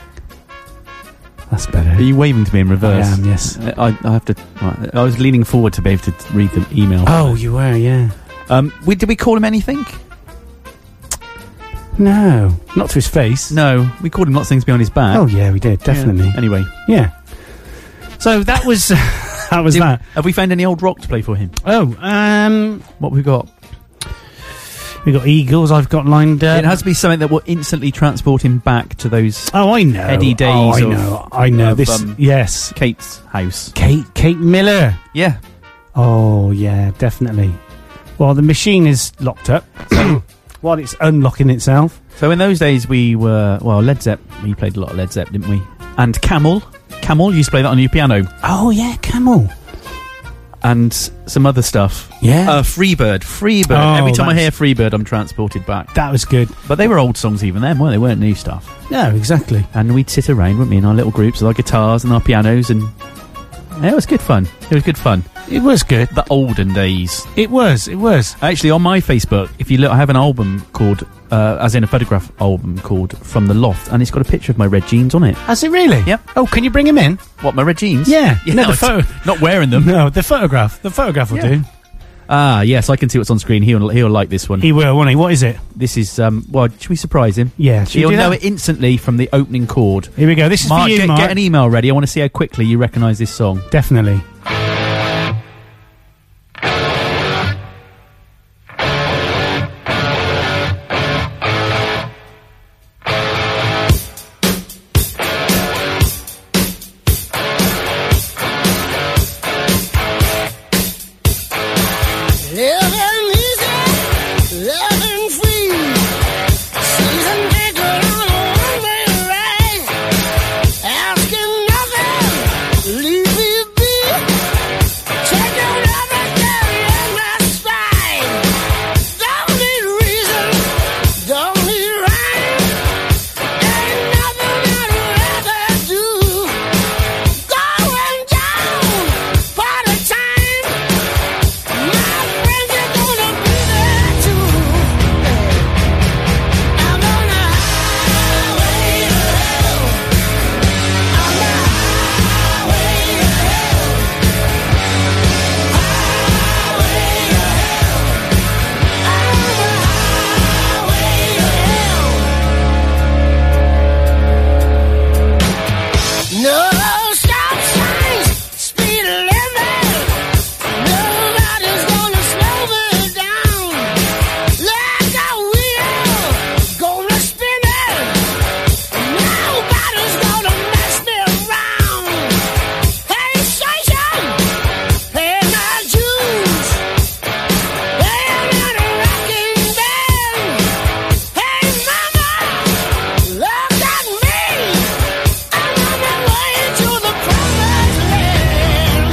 That's better.
Are you waving to me in reverse? Uh,
I am, yes.
I, I have to. right, I was leaning forward to be able to read the email.
Oh, you were, yeah.
Um, we, did we call him anything?
No, not to his face.
No, we called him lots of things behind his back.
Oh yeah, we did
Yeah.
definitely.
Anyway,
Yeah. So that was that was that.
Have we found any old rock to play for him?
Oh, um,
what we got?
We got Eagles. I've got lined up.
It has to be something that will instantly transport him back to those.
Oh, I know.
Heady days.
Oh, I
of-
know. I know.
of, um,
This- yes.
Kate's house.
Kate Kate Miller.
Yeah.
Oh yeah, definitely. Well, the machine is locked up while it's unlocking itself.
So in those days we were well Led Zepp. We played a lot of Led Zepp, didn't we? And Camel. Camel. You used to play that on your piano.
Oh yeah, Camel.
And some other stuff.
Yeah.
Uh, Freebird. Freebird.
Oh,
Every time I hear
that's-
Freebird, I'm transported back.
That was good.
But they were old songs even then, weren't they? Weren't new stuff.
No, exactly.
And we'd sit around, wouldn't we, in our little groups with our guitars and our pianos, and yeah, it was good fun. It was good fun.
It was good.
The olden days.
It was. It was.
Actually, on my Facebook, if you look, I have an album called, uh, as in a photograph album called From the Loft, and it's got a picture of my red jeans on it.
Has it really? Yep. Oh, can you bring him in?
What, my red jeans?
Yeah.
Yeah,
no,
I
the photo.
Not wearing them.
No, the photograph. The photograph will
Yeah.
do.
Ah, yes, I can see what's on screen. He'll, he'll like this one.
He will, won't he? What is it?
This is, um, well, should we surprise him?
Yeah. should we
He'll
do
know
that?
it instantly from the opening chord.
Here we go. This is for
Mark,
you,
get,
Mark.
get an email ready. I want to see how quickly you recognise this song.
Definitely.
Living easy, living free. Season ticket on a one-way ride. Asking nothing, leave me be. Taking everything in my stride. Don't need reason, don't need rhyme. Ain't nothing I'd rather do. Going down, party time. No stop signs, speed limit. Nobody's gonna slow me down. Like a wheel, gonna spin it. Nobody's gonna mess me around. Hey, station, pay my dues. Hey, I'm in a rocking band. Hey, mama, look at me. I'm on my way to the promised land.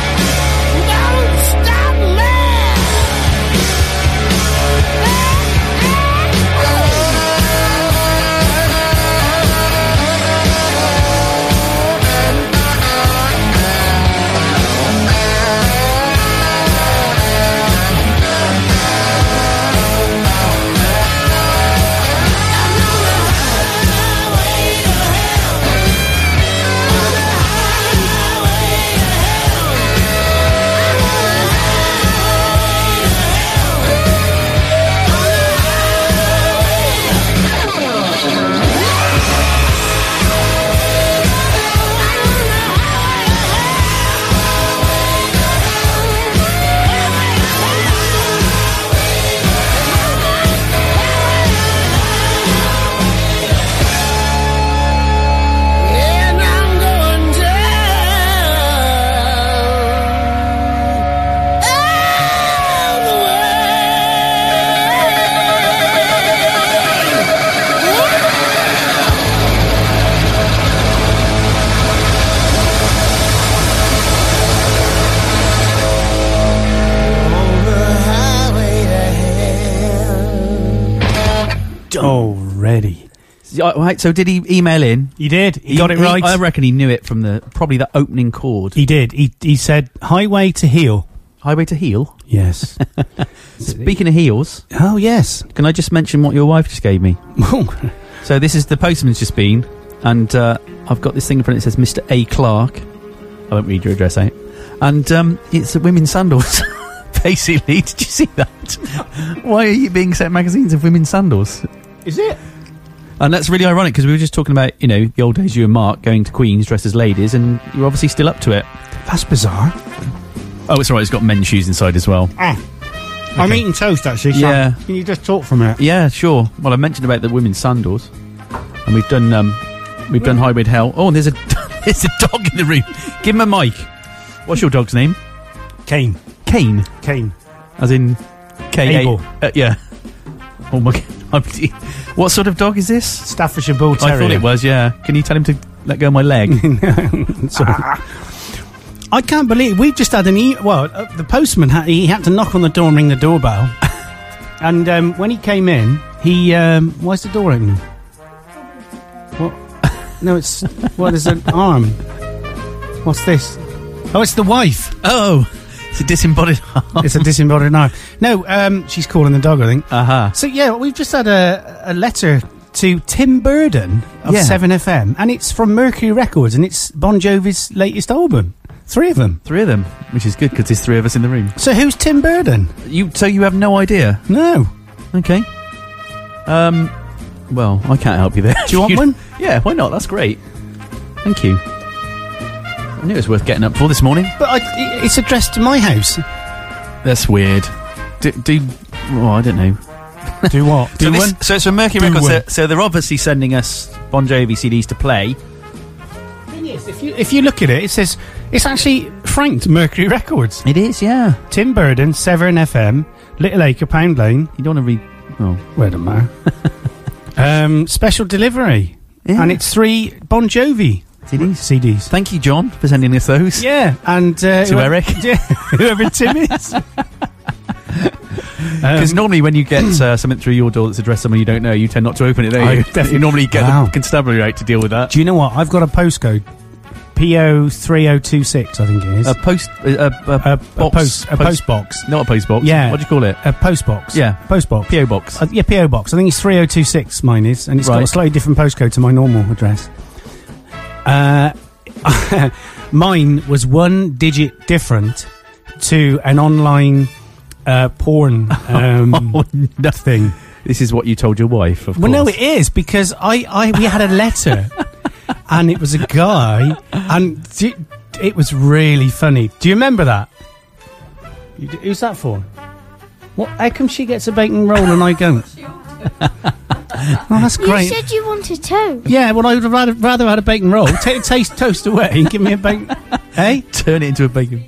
Don't stop me! And I'm going down, all the way.
Already.
Yeah, Right, so did he email in?
He did. He, got it right.
I reckon he knew it from the probably the opening chord.
He did. He he said highway to heel.
Highway to heel.
Yes.
Speaking of heels,
oh yes.
can I just mention what your wife just gave me? So this is the postman's just been, and uh, I've got this thing in front. It says Mr. A Clark. I won't read your address out, and um, it's a women's sandals. Basically, did you see that? Why are you being sent magazines of women's sandals?
Is it?
And that's really ironic because we were just talking about you know the old days you and Mark going to Queens dressed as ladies, and you're obviously still up to it.
That's bizarre.
Oh, it's alright. It's got men's shoes inside as well.
Ah. I'm eating toast actually. Sam.
Yeah.
Can you just talk from it?
Yeah, sure. Well, I mentioned about the women's sandals, and we've done um, we've done Highway to Hell. Oh, and there's a there's a dog in the room. Give him a mic. What's your dog's name?
Kane.
Kane.
Kane.
As in K. A-
Abel.
Uh, yeah. Oh my. God. what sort of dog is this?
Staffordshire Bull
I
Terrier.
thought it was. Yeah. Can you tell him to let go of my leg?
I can't believe we've just had an e. Well, uh, the postman had, he had to knock on the door and ring the doorbell, and um, when he came in, he um, why's the door open? What? No, it's well, there's an arm. What's this? Oh, it's the wife.
Oh, it's a disembodied arm.
It's a disembodied arm. No, um, she's calling the dog. I think. Uh
Uh-huh.
huh. So yeah, we've just had a, a letter to Tim Burden of
Yeah.
Seven FM, and it's from Mercury Records, and it's Bon Jovi's latest album. Three of them.
three of them, which is good because there's three of us in the room.
So who's Tim Burden?
You so you have no idea?
No.
Okay. Um. Well, I can't help you there.
Do you want one?
Yeah. Why not? That's great. Thank you. I knew it was worth getting up for this morning.
But I, it's addressed to my house.
That's weird. Do, do oh, I don't know.
Do what?
so, this, so it's from Mercury
Do
Records. So,
one.
so they're obviously sending us Bon Jovi CDs to play.
thing is, if you if you look at it, it says it's actually franked Mercury Records.
It is, yeah.
Tim Burden, Severn FM, Little Acre, Pound Lane.
You don't want to read. Oh,
where don't matter. um, special delivery,
Yeah.
and it's three Bon Jovi
CDs.
CDs.
Thank you, John, for sending us those.
Yeah, and uh,
To
whoever-
Eric.
yeah, whoever Tim is. Um,
Because normally when you get uh, something through your door that's addressed to someone you don't know, you tend not to open it, don't
I
you?
definitely-
you normally get
Wow.
the constabulary out to deal with that.
Do you know what? I've got a postcode, PO three zero two six. I think it is.
A post, a, a,
A- a
box,
post- a post box.
not a post box.
Yeah.
what do you call it?
A post box.
Yeah.
Post box.
PO box.
Uh, yeah, PO box. I think it's 3026 mine is, and it's got a
Right.
slightly different postcode to my normal address. Uh, mine was one digit different to an online uh, porn um, thing.
Oh, This is what you told your wife, of
Well, no,
course.
it is because I, I we had a letter, and it was a guy, and d- it was really funny. Do you remember that? You d- Who's that for? What? How come she gets a bacon roll and I don't? oh, that's
You
great.
said you wanted toast.
Yeah, well, I would have rather, rather had a bacon roll. Take taste toast away and give me a bacon. hey,
Turn it into a bacon.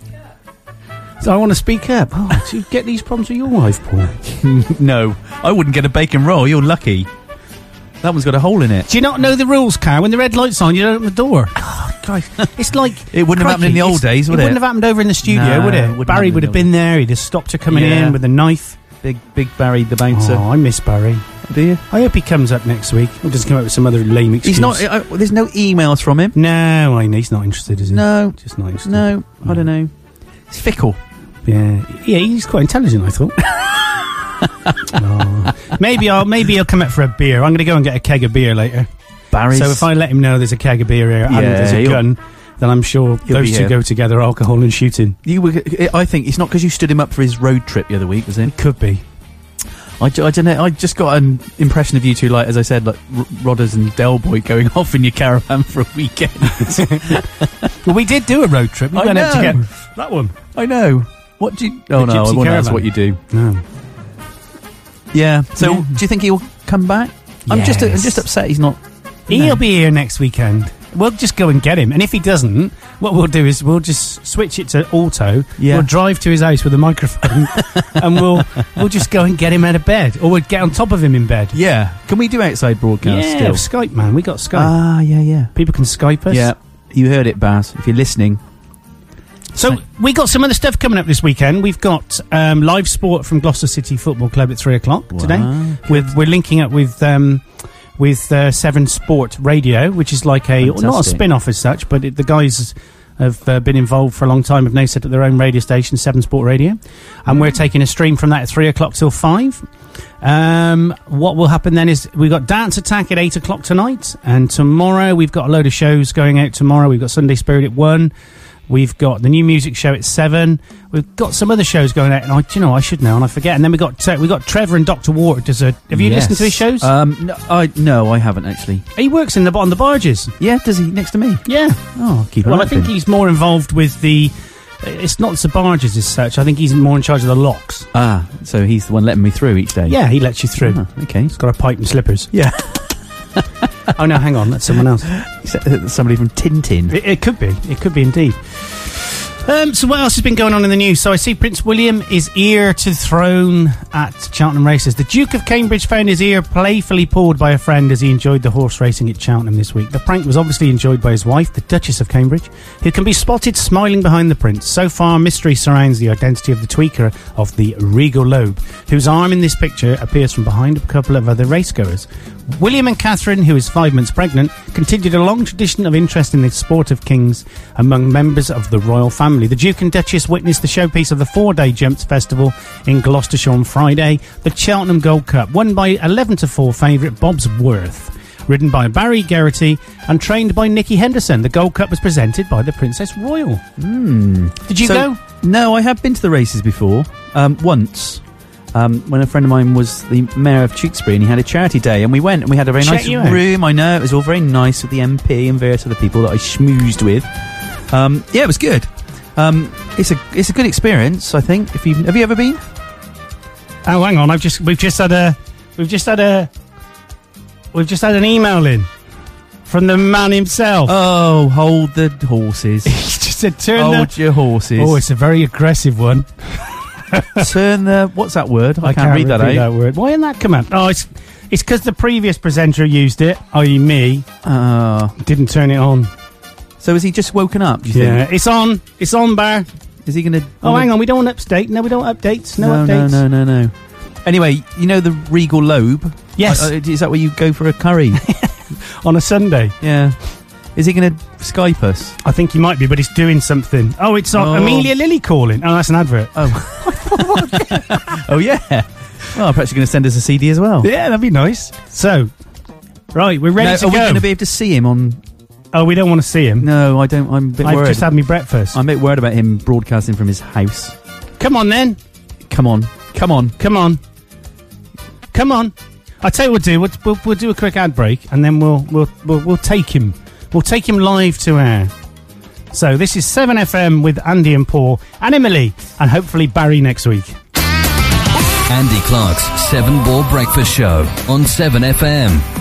so I want to speak up. Oh, do you get these problems with your wife, Paul?
no, I wouldn't get a bacon roll. You're lucky. That one's got a hole in it.
Do you not know the rules, Car? When the red light's on, you don't open the door. Christ. It's like
It wouldn't have happened in the old
it's-
days, would
it?
it?
Wouldn't have happened over in the studio,
No,
would
it
it?
wouldn't
Barry
happen
would
in
have
the
been there. He'd have stopped her coming
Yeah.
in with a knife.
Big, big Barry the bouncer.
oh, I miss Barry.
do you?
I hope he comes up next week. He doesn't come up with some other lame excuse.
He's not. I,
uh,
I- there's no emails from him.
no, I know he's not interested, is he?
No,
just not interested.
no. I don't know. It's fickle.
Yeah, yeah. He's quite intelligent, I thought. Oh. Maybe I'll maybe he'll come up for a beer. I'm going to go and get a keg of beer later.
Barry's.
So if I let him know there's a keg of beer here and
Yeah,
there's a
he'll-
gun, then I'm sure
He'll be
those two
here.
go together: alcohol and shooting.
you were, I think it's not because you stood him up for his road trip the other week, was it?
Could be.
I, ju- I don't know. I just got an impression of you two, like as I said, like R- Rodders and Del Boy going off in your caravan for a weekend.
Well, we did do a road trip. We
I
went up to
know.
get that one.
I know. What do you? Oh
The
no,
gypsy
I wonder that's
caravan.
what you do.
No.
Yeah. So
Yeah.
do you think he'll come back? I'm just I'm
Yes.
just upset he's not.
He'll be here next weekend. We'll just go and get him. And if he doesn't, what we'll do is we'll just switch it to auto.
Yeah.
We'll drive to his house with a microphone and we'll we'll just go and get him out of bed. Or we'll get on top of him in bed.
Yeah. Can we do outside broadcast
yeah,
still?
Skype, man. We got Skype.
Ah, yeah, yeah,
People can Skype us.
yeah. You heard it, Baz. If you're listening,
So we got some other stuff coming up this weekend. We've got um, live sport from Gloucester City Football Club at three o'clock today.
Wow.
With we're linking up with um, with uh, Seven Sport Radio, which is like a not a
Fantastic.
spin-off as such, but it, the guys have uh, been involved for a long time. Have now set up their own radio station, Seven Sport Radio, and we're taking a stream from that at three o'clock till five. Um, what will happen then is we've got Dance Attack at 8 o'clock tonight, and tomorrow we've got a load of shows going out tomorrow. We've got Sunday Spirit at 1. We've got the new music show at seven. We've got some other shows going out, and I, do you know, I should know, and I forget. And then we got uh, we got Trevor and Doctor Water. Does a, have you listened to his shows?
Um, no, I no, I haven't actually.
He works in the on the barges.
Yeah, does he? Next to me.
Yeah.
Oh, keep an
well,
eye
I
on
think
him.
he's more involved with the. It's not the barges as such. I think he's more in charge of the locks.
Ah, so he's the one letting me through each day. Ah,
Yeah, he lets you through.
okay, he's
got a pipe and slippers. Yeah. oh no, hang on, that's someone else.
Somebody from Tintin.
It, it could be. It could be indeed. Um, so what else has been going on in the news? So I see Prince William is heir to the throne at Cheltenham races. The Duke of Cambridge found his ear playfully pulled by a friend as he enjoyed the horse racing at Cheltenham this week. The prank was obviously enjoyed by his wife, the Duchess of Cambridge, who can be spotted smiling behind the prince. So far, mystery surrounds the identity of the tweaker of the regal lobe, whose arm in this picture appears from behind a couple of other racegoers. William and Catherine, who is five months pregnant, continued a long tradition of interest in the sport of kings among members of the royal family. The Duke and Duchess witnessed the showpiece of the four day Jumps Festival in Gloucestershire on Friday, the Cheltenham Gold Cup, won by 11 to 4 favourite Bob's Worth. Ridden by Barry Geraghty and trained by Nicky Henderson, the Gold Cup was presented by the Princess Royal.
Hmm.
Did you
So-
go?
No, I have been to the races before. Um, once. Um, when a friend of mine was the mayor of Tewkesbury and he had a charity day and we went and we had a very
Check
nice
you out.
room. I know it was all very nice with the MP and various other people that I schmoozed with. Um, yeah, it was good. Um, it's a it's a good experience, I think. If you have you ever been?
Oh, hang on! I've just we've just had a we've just had a we've just had an email in from the man himself.
Oh, hold the horses! he
just said, "Turn
hold
the
your horses."
Oh, it's a very aggressive one.
Turn the what's that word? I, can't, read that eh?
repeat
out.
word. Why didn't that come out? Oh, it's it's because the previous presenter used it, i.e., me.
Ah.
didn't turn it on.
So is he just woken up? Do you
Yeah,
think?
it's on. It's on, Bar.
Is he going to?
Oh, hang on. We don't want update. No, we don't want updates. No,
no,
updates.
No, no, no, no. Anyway, you know the Regal Lobe.
Yes.
Uh, uh, is that where you go for a curry
on a Sunday?
Yeah. Is he going to Skype us?
I think he might be, but he's doing something. Oh, it's on
Oh.
Amelia Lilly calling. Oh, that's an advert.
Oh, oh yeah. Well, perhaps you're going to send us a CD as well.
Yeah, that'd be nice. So, right, we're ready
Now,
to
are
go.
we going to be able to see him on?
Oh, we don't want to see him.
No, I don't. I'm a bit
I've
worried.
just had me breakfast.
I'm a bit worried about him broadcasting from his house.
Come on then.
Come on. Come on.
Come on. Come on. I tell you what we'll do. We'll, we'll, we'll do a quick ad break and then we'll we'll, we'll we'll take him. We'll take him live to air. So this is 7FM with Andy and Paul and Emily and hopefully Barry next week.
Andy Clark's Seven Ball Breakfast Show on 7FM.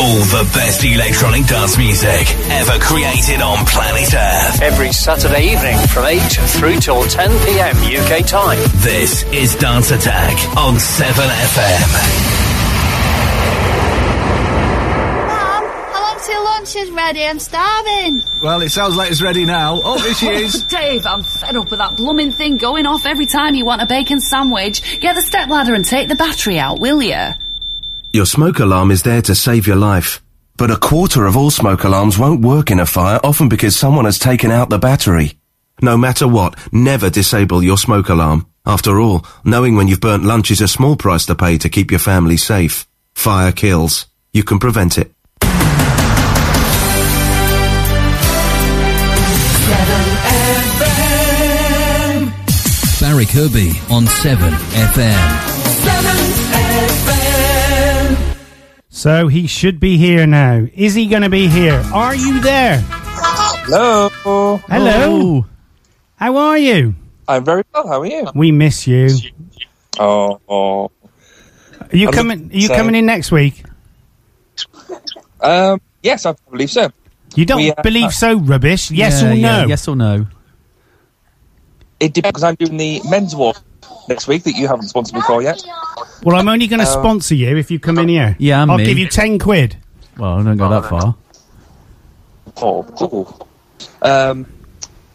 All the best electronic dance music ever created on planet Earth.
Every Saturday evening from 8 through till 10 pm UK time.
This is Dance Attack on 7FM.
How long till lunch is ready? I'm starving.
Well, it sounds like it's ready now. Oh, there she is.
Dave, I'm fed up with that blooming thing going off every time you want a bacon sandwich. Get the stepladder and take the battery out, will you?
Your smoke alarm is there to save your life. But a quarter of all smoke alarms won't work in a fire, often because someone has taken out the battery. No matter what, never disable your smoke alarm. After all, knowing when you've burnt lunch is a small price to pay to keep your family safe. Fire kills. You can prevent it.
Barry Kirby on 7FM.
So he should be here now. Is he going to be here? Are you there? Hello.
Oh,
Hello. How are you?
I'm very well. How are you?
We miss you.
Oh, oh.
Are you
I'm
coming? Are you
so-
coming in next week?
Um, yes, I believe so. uh,
You don't believe so, rubbish. Yes
Yeah,
or
yeah,
no?
yes
or no?
It depends because I'm doing the men's walk next week that you haven't sponsored me for yet.
Well, I'm only going to
Uh,
sponsor you if you come in here.
Yeah, I'm
will
in.
give you ten quid.
Well, I don't go that far.
Oh, cool. Um,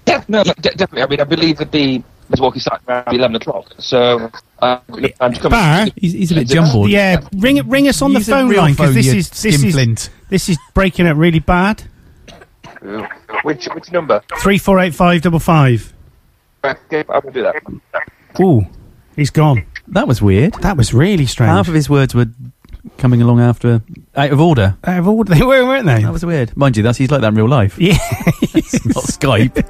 yeah, no, yeah, de- definitely. I mean, I believe that the Milwaukee starts around 11 o'clock. So uh, I'm coming.
Bar,
he's, he's a bit jumbled.
Yeah, ring ring us on
Use
the
a
phone
real
line because
phone,
this
you
is this
skimplint.
is this is breaking up really bad.
Uh, Which, which number? Uh,
Three four eight five double five.
Okay, I will do that.
Ooh, he's gone.
That was weird.
That was really strange.
Half of his words were coming along after out of order.
Out of order, they were, weren't they?
That was weird. Mind you, that's he's like that in real life.
Yeah,
it's not Skype.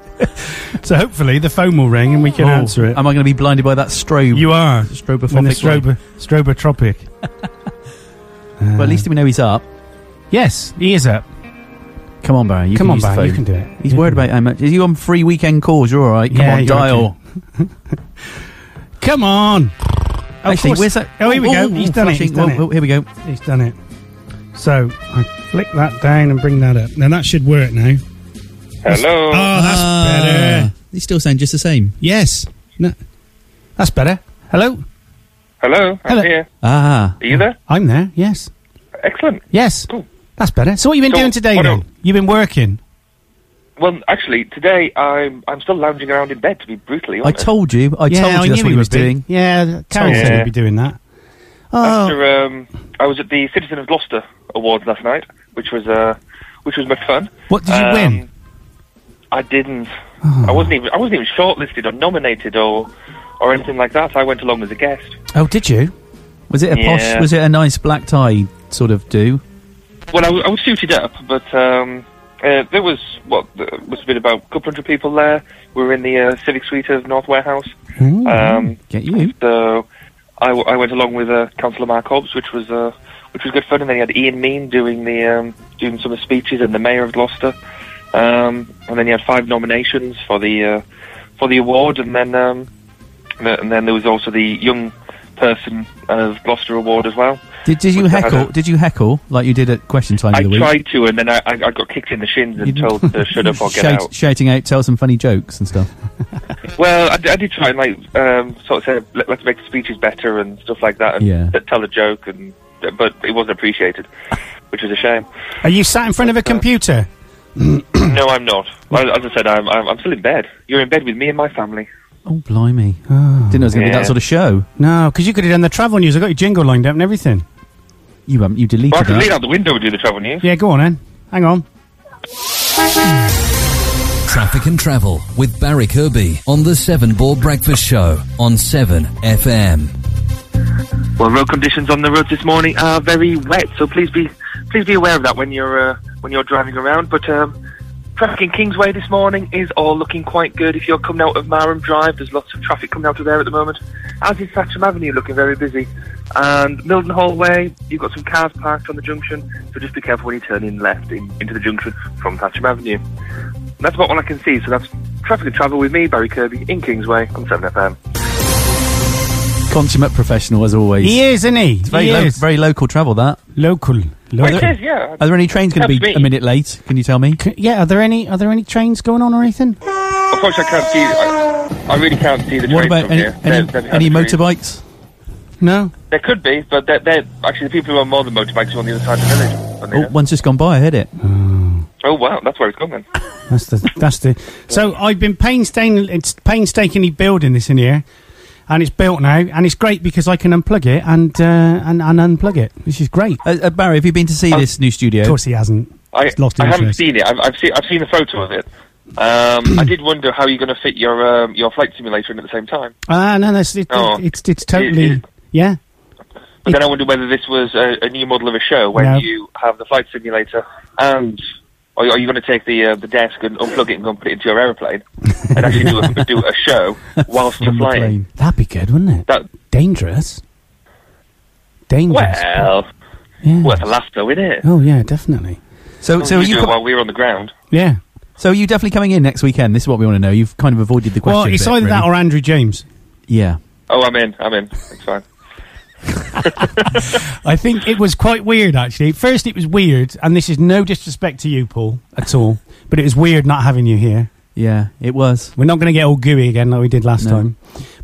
So hopefully the phone will ring and we can
Oh,
answer it.
Am I going to be blinded by that strobe?
You are
strobophobic.
When the
light?
strobo- strobotropic.
But at least we know he's up.
Uh, Yes, he is up.
Come on, Barry. You
Come
can
on,
use the
Barry, you
phone.
can do it.
He's worried about how much. Is you on free weekend calls? You're all right. Come
Yeah,
on,
you're
dial.
Come on. Of
Actually,
course-
where's that?
Oh, here we
Oh,
go.
oh,
He's
oh,
done it. He's
flashing.
done
Oh,
it.
oh, here we go.
He's done it. So I flick that down and bring that up. Now that should work now.
Hello.
Oh, that's better.
They Ah. still sound just the same.
Yes. No, that's better. Hello.
Hello. I'm
Hello.
here.
Ah.
Are you there?
I'm there. Yes.
Excellent.
Yes.
Cool.
That's better. So what you been
So,
doing today
what
then?
else?
You've been working.
Well, actually, today I'm I'm still lounging around in bed. To be brutally
I
honest,
told you. I
yeah,
told you
I
that's
knew
what
he
he was
would be.
doing.
Yeah, Karen
Told
said
you.
he'd be doing that.
After um, I was at the Citizen of Gloucester Awards last night, which was uh, which was much fun.
What did you
Um,
win?
I didn't.
Oh.
I wasn't even I wasn't even shortlisted or nominated or or anything like that. I went along as a guest.
Oh, did you?
Was it a
Yeah.
posh? Was it a nice black tie sort of do?
Well, I, w- I was suited up, but um, uh, there was what there must have been about a couple hundred people there. We were in the uh, civic suite of North Warehouse. Um,
Hmm. Get you.
So I, w- I went along with uh, Councillor Mark Hobbs, which was uh, which was good fun. And then you had Ian Mean doing the um, doing some of the speeches, and the Mayor of Gloucester. Um, and then you had five nominations for the uh, for the award, and then um, th- and then there was also the Young Person of Gloucester Award as well.
Did, did you
Which I had
heckle?
a-
Did you heckle like you did at question time
I
of the week?
tried to, and then I, I, I got kicked in the shins and told to shut up or get
Shout-
out.
Shouting out, tell some funny jokes and stuff.
Well, I, d- I did try and like um, sort of say Let, let's make the speeches better and stuff like that, and
Yeah.
t- tell a joke, and but it wasn't appreciated, which was a shame.
Are you sat in front of a computer?
no, I'm not. Well, as I said, I'm, I'm I'm still in bed. You're in bed with me and my family.
Oh, blimey. Didn't know it was going to be
Yeah.
that sort of show.
Oh. No, because you could have done the travel news. I got your jingle lined up and everything.
You um, you deleted
Well, I can lean
that.
out the window and do the travel news.
Yeah, go on then. Hang on.
Traffic and travel with Barry Kirby on the Seven Ball Breakfast Show on 7FM.
Well, road conditions on the roads this morning are very wet, so please be please be aware of that when you're uh, when you're driving around. But um, traffic in Kingsway this morning is all looking quite good. If you're coming out of Marham Drive, there's lots of traffic coming out of there at the moment. As is Thatcham Avenue, looking very busy. And Milden Hall Way, you've got some cars parked on the junction, so just be careful when you turn in left in, into the junction from Thatcham Avenue. And that's about all I can see. So that's traffic and travel with me, Barry Kirby, in Kingsway on Seven FM.
Consummate professional as always.
He is, isn't he?
It's very,
he
lo-
is.
very local travel that.
Local.
Well, it is, yeah.
Are there any trains going to
That's
be
me.
a minute late? Can you tell me?
C- Yeah, are there any are there any trains going on or anything?
Unfortunately, I can't see. I, I really can't see the
What about
trains from
any
here.
any,
They're- they're
any
behind the trees.
motorbikes?
No.
There could be, but they're, they're actually the people who are more than motorbikes are on the other side of the village. funny
Oh,
enough.
one's just gone by. I heard it.
Oh wow, that's where it's gone then.
That's the that's the. So I've been painstaking it's painstakingly building this in here, and it's built now, and it's great because I can unplug it and uh, and and unplug it, which is great.
Uh, uh, Barry, have you been to
Oh.
see this new studio?
Of course, he hasn't.
I,
It's lost
I haven't
interest.
seen it. I've, I've seen I've seen a photo of it. Um, I did wonder how you're going to fit your um, your flight simulator in at the same time.
Ah, no, that's it,
Oh.
it's it's totally
It- it-
yeah.
But then I wonder whether this was a, a new model of a show where
No.
you have the flight simulator and. Are are you going to take the uh, the desk and unplug it and go and put it into your aeroplane and actually do a, do a show whilst you're
From the
flying?
plane.
That'd be good, wouldn't it?
That
Dangerous. Dangerous.
well,
yeah.
worth a laugh though, isn't it?
Oh yeah, definitely.
So, so
you
are you?
do it
co-
while we were on the ground.
Yeah.
so are you definitely coming in next weekend? This is what we want to know. You've kind of avoided the question.
Well, it's
bit,
either that
really.
or Andrew James.
yeah.
Oh, I'm in. I'm in. It's fine.
I think it was quite weird, actually. First, it was weird, and this is no disrespect to you, Paul, at all, but it was weird not having you here.
Yeah, it was.
We're not going to get all gooey again like we did last
No.
time.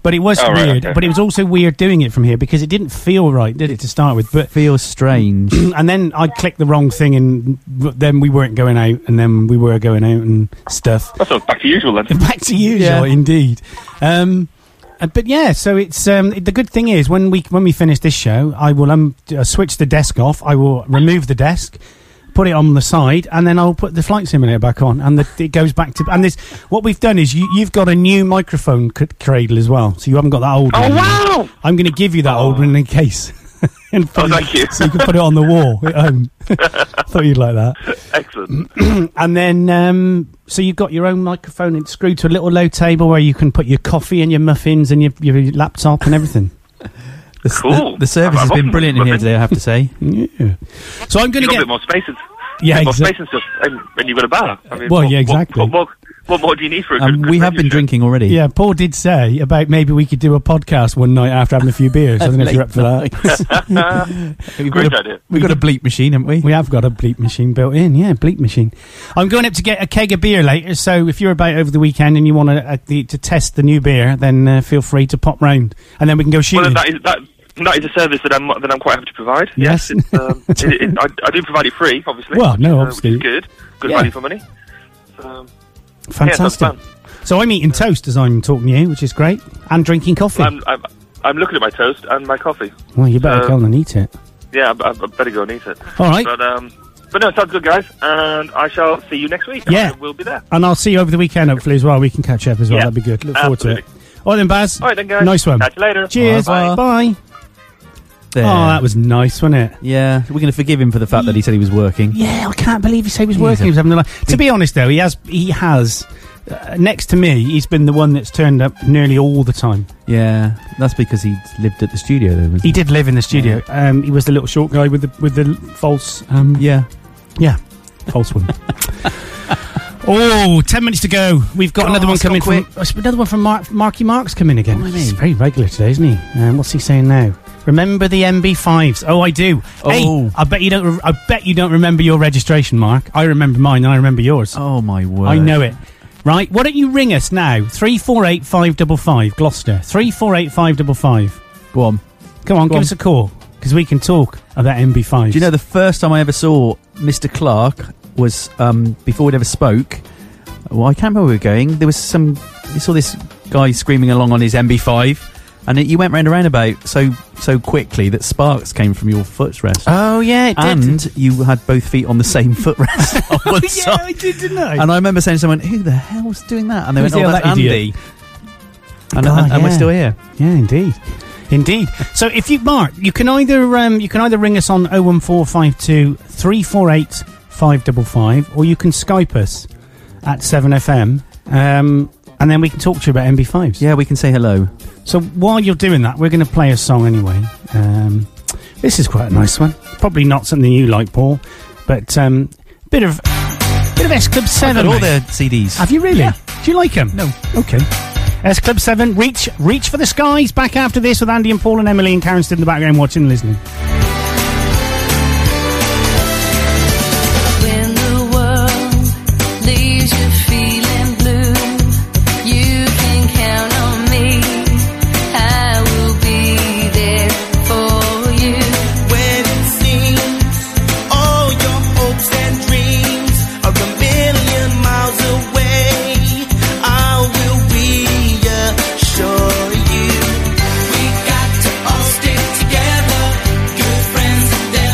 But it was
Oh, right,
weird.
okay.
But it was also weird doing it from here because it didn't feel right, did it, to start with? But
feels strange.
and then I clicked the wrong thing, and then we weren't going out, and then we were going out and stuff.
That's all back to usual then.
Back to usual, indeed. Um, uh, but yeah, so it's um, it- the good thing is when we when we finish this show, I will um, d- uh, switch the desk off. I will remove the desk, put it on the side, and then I'll put the flight simulator back on, and the, it goes back to and this. What we've done is you, you've got a new microphone c- cradle as well, so you haven't got that old.
Oh,
one.
wow!
I'm going to give you that old one in case. and
Oh,
put it-
thank you.
so you can put it on the wall at home. Thought you'd like that.
Excellent.
and then, um, so you've got your own microphone and it's screwed to a little low table where you can put your coffee and your muffins and your, your laptop and everything.
The,
Cool.
The, the service
I've-
has
I've
been
often
brilliant in here
been-
today, I have to say.
yeah. So I'm going
You've
to
got
get.
a bit more space and
Yeah,
bit more
exa-
space and stuff, and, and you've got a bar. I mean,
Well,
what-
yeah,
what-
exactly.
What, more- what more do you need for a good?
Um, we have been drinking already.
Yeah, Paul did say about maybe we could do a podcast one night after having a few beers. I don't know if you're up for that.
Great
got a-
idea.
We've got a bleep machine, haven't we? We have got a bleep machine built in, yeah, bleep machine. I'm going up to get a keg of beer later, so if you're about over the weekend and you want to, uh, the, to test the new beer, then uh, feel free to pop round and then we can go
Well,
shooting.
that is that. That is a service that I'm that I'm quite happy to provide.
Yes.
it's, um, it, it, I, I do provide it free, obviously.
Well, no,
uh,
obviously.
which is good, good
Yeah.
value for money. Um,
Fantastic.
Yeah, that's
so I'm eating toast as I'm talking to you, which is great, and drinking coffee.
fun. I'm, uh, I'm I'm looking at my toast and my coffee.
well, you better
So,
go on and eat it.
Yeah, I, I I better go and eat it.
All right.
But um, but no, it sounds good, guys, and I shall see you next week.
Yeah.
I will be there.
And I'll see you over the weekend, hopefully, as well. We can catch up as well.
Yeah,
That'd be good. Look forward to
absolutely.
it. All right, then, Baz.
All right, then, guys.
Nice one.
Catch you later.
Cheers.
Bye.
Bye.
There.
Oh, that was nice, wasn't it?
Yeah, we're going to forgive him for the fact that he said he was working.
Yeah, I can't believe he said he was
He's
working.
a
He was having a life. To be honest, though, he has. He has. Uh, next to me, he's been the one that's turned up nearly all the time.
Yeah, that's because he lived at the studio, though. wasn't
He did live in the studio. Um, he was the little short guy with the with the false. Um,
yeah,
yeah, false one. Oh, 10 minutes to go. We've got
God,
another one
it's gone
coming from uh, another one from Mark, Marky Mark's coming again. He's very regular today, isn't he? Um, what's he saying now? Remember the MB5s? Oh, I do. Hey,
Oh.
I bet you don't. Re- I bet you don't remember your registration, Mark. I remember mine, and I remember yours.
Oh my word!
I know it. Right? Why don't you ring us now? Three four eight five double five, Gloucester. Three four eight five double five.
Go on.
Come on,
Go
give
on.
us a call because we can talk of that MB5.
Do you know the first time I ever saw Mr. Clark was um, before we'd ever spoke? Well, I can't remember where we were going. There was some. I saw this guy screaming along on his MB5, and it, you went round a roundabout so so quickly that sparks came from your footrest.
Oh yeah, it did.
and you had both feet on the same footrest. on one
yeah, I did, didn't I?
Oh, And I remember saying to someone, "Who the hell's doing that?" And they
Who's
went,
the
"Oh,
other
that's
idiot?"
Andy." And,
Ah,
and, and we're
yeah.
still here.
Yeah, indeed, indeed. so if you Mark, you can either um, you can either ring us on 01452 348 555 or you can Skype us at Seven FM, um, and then we can talk to you about MB5s.
Yeah, we can say hello.
So while you're doing that, we're going to play a song anyway. Um, this is quite a nice one. Probably not something you like, Paul, but um, bit of bit of S Club
I've
Seven.
got all
mate.
their CDs.
Have you really? Do you like him? No. Okay. S Club 7, Reach Reach for the Skies. Back after this with Andy and Paul and Emily and Karen stood in the background watching and listening.
When the world leaves you feeling blue, you can count on me. I will be there for you.
When it seems all your hopes and dreams are a million miles away, I will reassure you. We got to all stick together. Good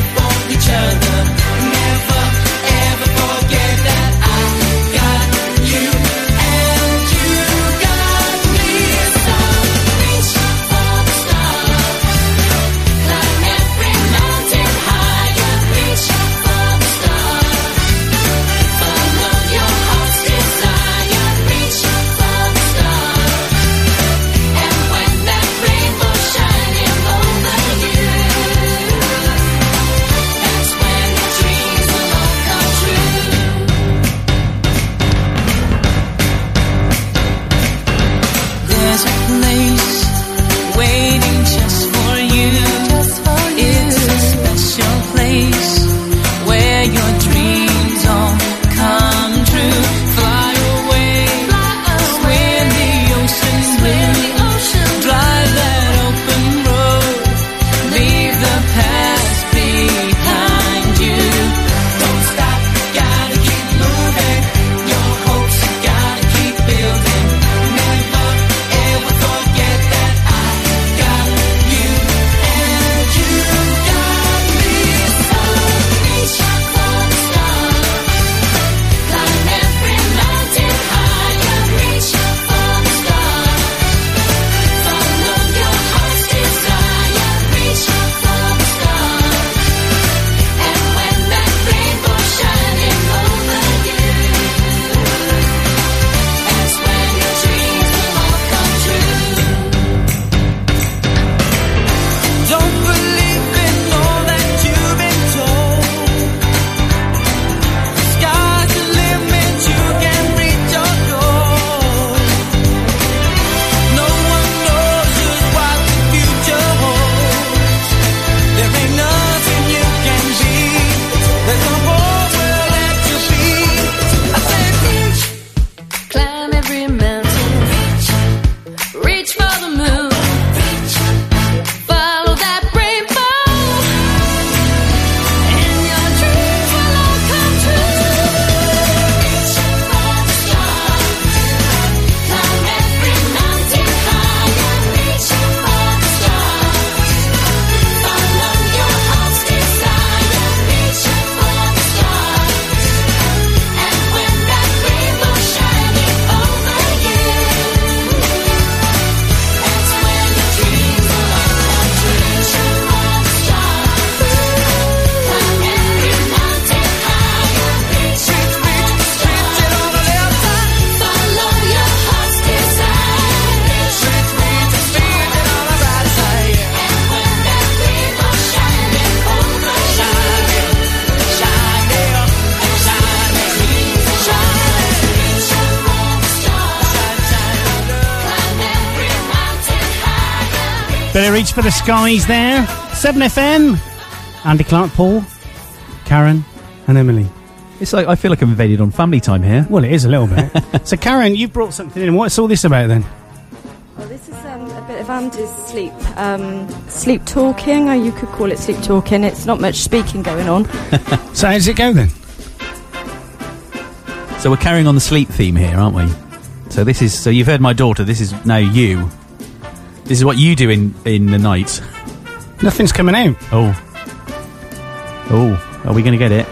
Bit of reach for the skies there. 7FM. Andy Clark, Paul, Karen, and Emily.
It's like I feel like I'm invaded on family time here.
Well, it is a little bit. so, Karen, you've brought something in. What's all this about then?
Well, this is um, a bit of Andy's sleep um, sleep talking, or you could call it sleep talking. It's not much speaking going on.
so, how does it go then?
So we're carrying on the sleep theme here, aren't we? So this is so you've heard my daughter. This is now you. This is what you do in in the night.
Nothing's coming out.
Oh. Oh, are we going to get it?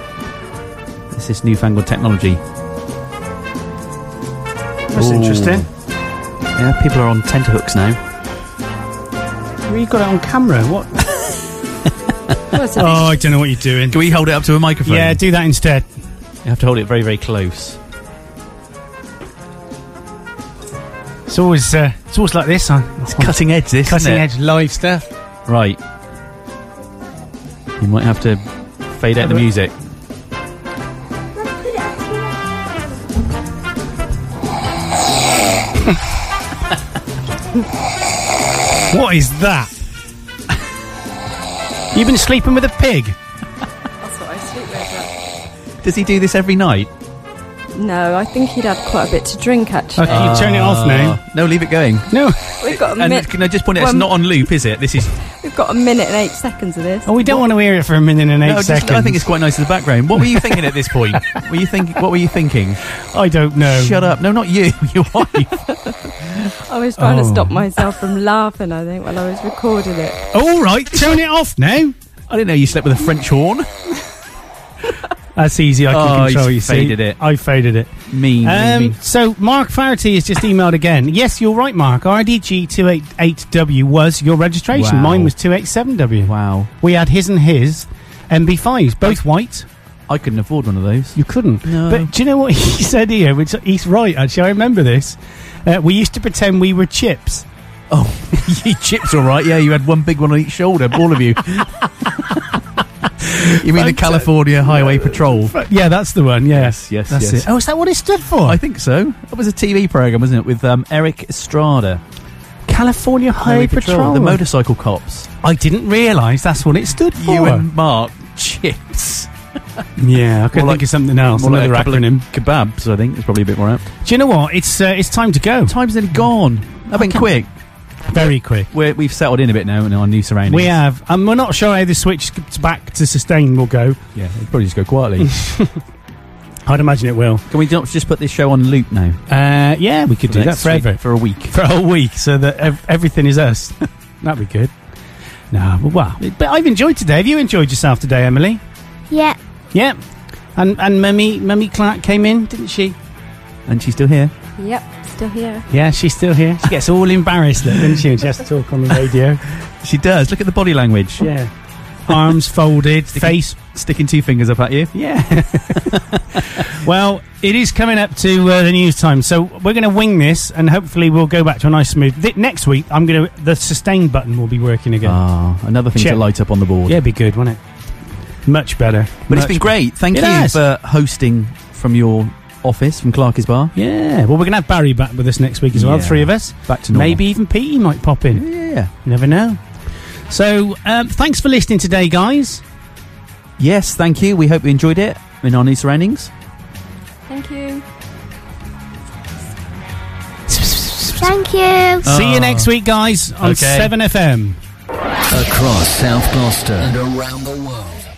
It's this newfangled technology.
That's interesting.
Yeah, people are on tenterhooks now.
Well, you got it on camera. What?
a bit-
oh, I don't know what you're doing.
Can we hold it up to a microphone?
Yeah, do that instead.
You have to hold it very, very close.
It's always uh, it's always like this. On it's
cutting edge. This
cutting
isn't it?
edge live stuff.
Right. You might have to fade out the music.
What is that? You've been sleeping with a pig.
That's what I sleep with.
Does he do this every night?
but- No, I think he'd had quite a bit to drink actually.
Okay, Ah. No, leave it going.
No.
We've got a
And
Um,
minute.
can I just point out, it's
One-
not on loop, is it? This is.
We've got a minute and eight seconds of this.
Oh, we don't want to hear it for a minute and eight
No, just-
seconds.
I think it's quite nice in the background. What were you thinking at this point? Were you think? What were you thinking?
I don't know.
Shut up! No, not you. Your wife.
I was trying to
Oh.
stop myself from laughing. I think while I was recording it.
All right, turn it off now.
I didn't know you slept with a French horn.
That's easy. I can
Oh, he's
control. You
faded
see,
it.
I faded it.
Me.
Um,
me.
so Mark Farity has just emailed again. Yes, you're right, Mark. RDG two eight eight W was your registration.
Wow.
Mine was two eight seven W.
Wow.
We had his and his MB fives, both white.
I couldn't afford one of those.
You couldn't.
No.
But do you know what he said here? Which he's right. Actually, I remember this. Uh, we used to pretend we were chips.
Oh, you chips, all right? Yeah, you had one big one on each shoulder, all of you. you mean the California Highway Patrol?
Yeah, that's the one. Yes,
Yes,
that's
yes.
it. Oh, is that what it stood for?
I think so. That was a TV program, wasn't it, with um, Eric Estrada?
California Highway Patrol.
the motorcycle cops.
I didn't realise that's what it stood for.
You and Mark Oh, chips.
yeah, I could
More
think
like-
of something else.
more like
Another
a couple of
acronym.
Kebabs, I think, is probably a bit more apt.
Do you know what? It's uh, it's time to go.
Time's nearly gone. I've been quick.
Very quick.
We're, we've settled in a bit now in our new surroundings.
We have, and we're not sure how the switch back to sustain will go.
Yeah, it'd probably just go quietly.
I'd imagine it will.
Can we not just put this show on loop now?
Uh, yeah, we could do
For
that
next week-
forever
For a week.
for a whole week, so that ev- everything is us. That'd be good. No, but wow. But I've enjoyed today. Have you enjoyed yourself today, Emily?
Yeah.
Yeah. And and mummy mummy Clark came in, didn't she?
And she's still here.
Yep, still here.
Yeah, she's still here. She gets all embarrassed, look, doesn't she? when She has to talk on the radio.
She does. Look at the body language.
Yeah. Arms folded, face.
Sticking two fingers up at you.
Yeah. well, it is coming up to uh, the news time, so we're going to wing this, and hopefully we'll go back to a nice smooth. Th- next week, I'm going to the sustain button will be working again.
Ah, another thing
Check.
to light up on the board.
yeah, it'd be good, wouldn't it? Much better.
But it's
Much
been great. Thank
It
you
has.
for hosting from your office, from Clark's Bar.
Yeah, well, we're going to have Barry back with us next week as well,
Yeah.
three of us.
Back to normal.
Maybe even Petey might pop in. You
Yeah.
never know. So, um, thanks for listening today, guys.
Yes, thank you. We hope you enjoyed it in our new surroundings.
Thank you.
Thank you.
See you next week, guys, on
Ah. Okay.
7FM.
Across South Gloucester and around the world.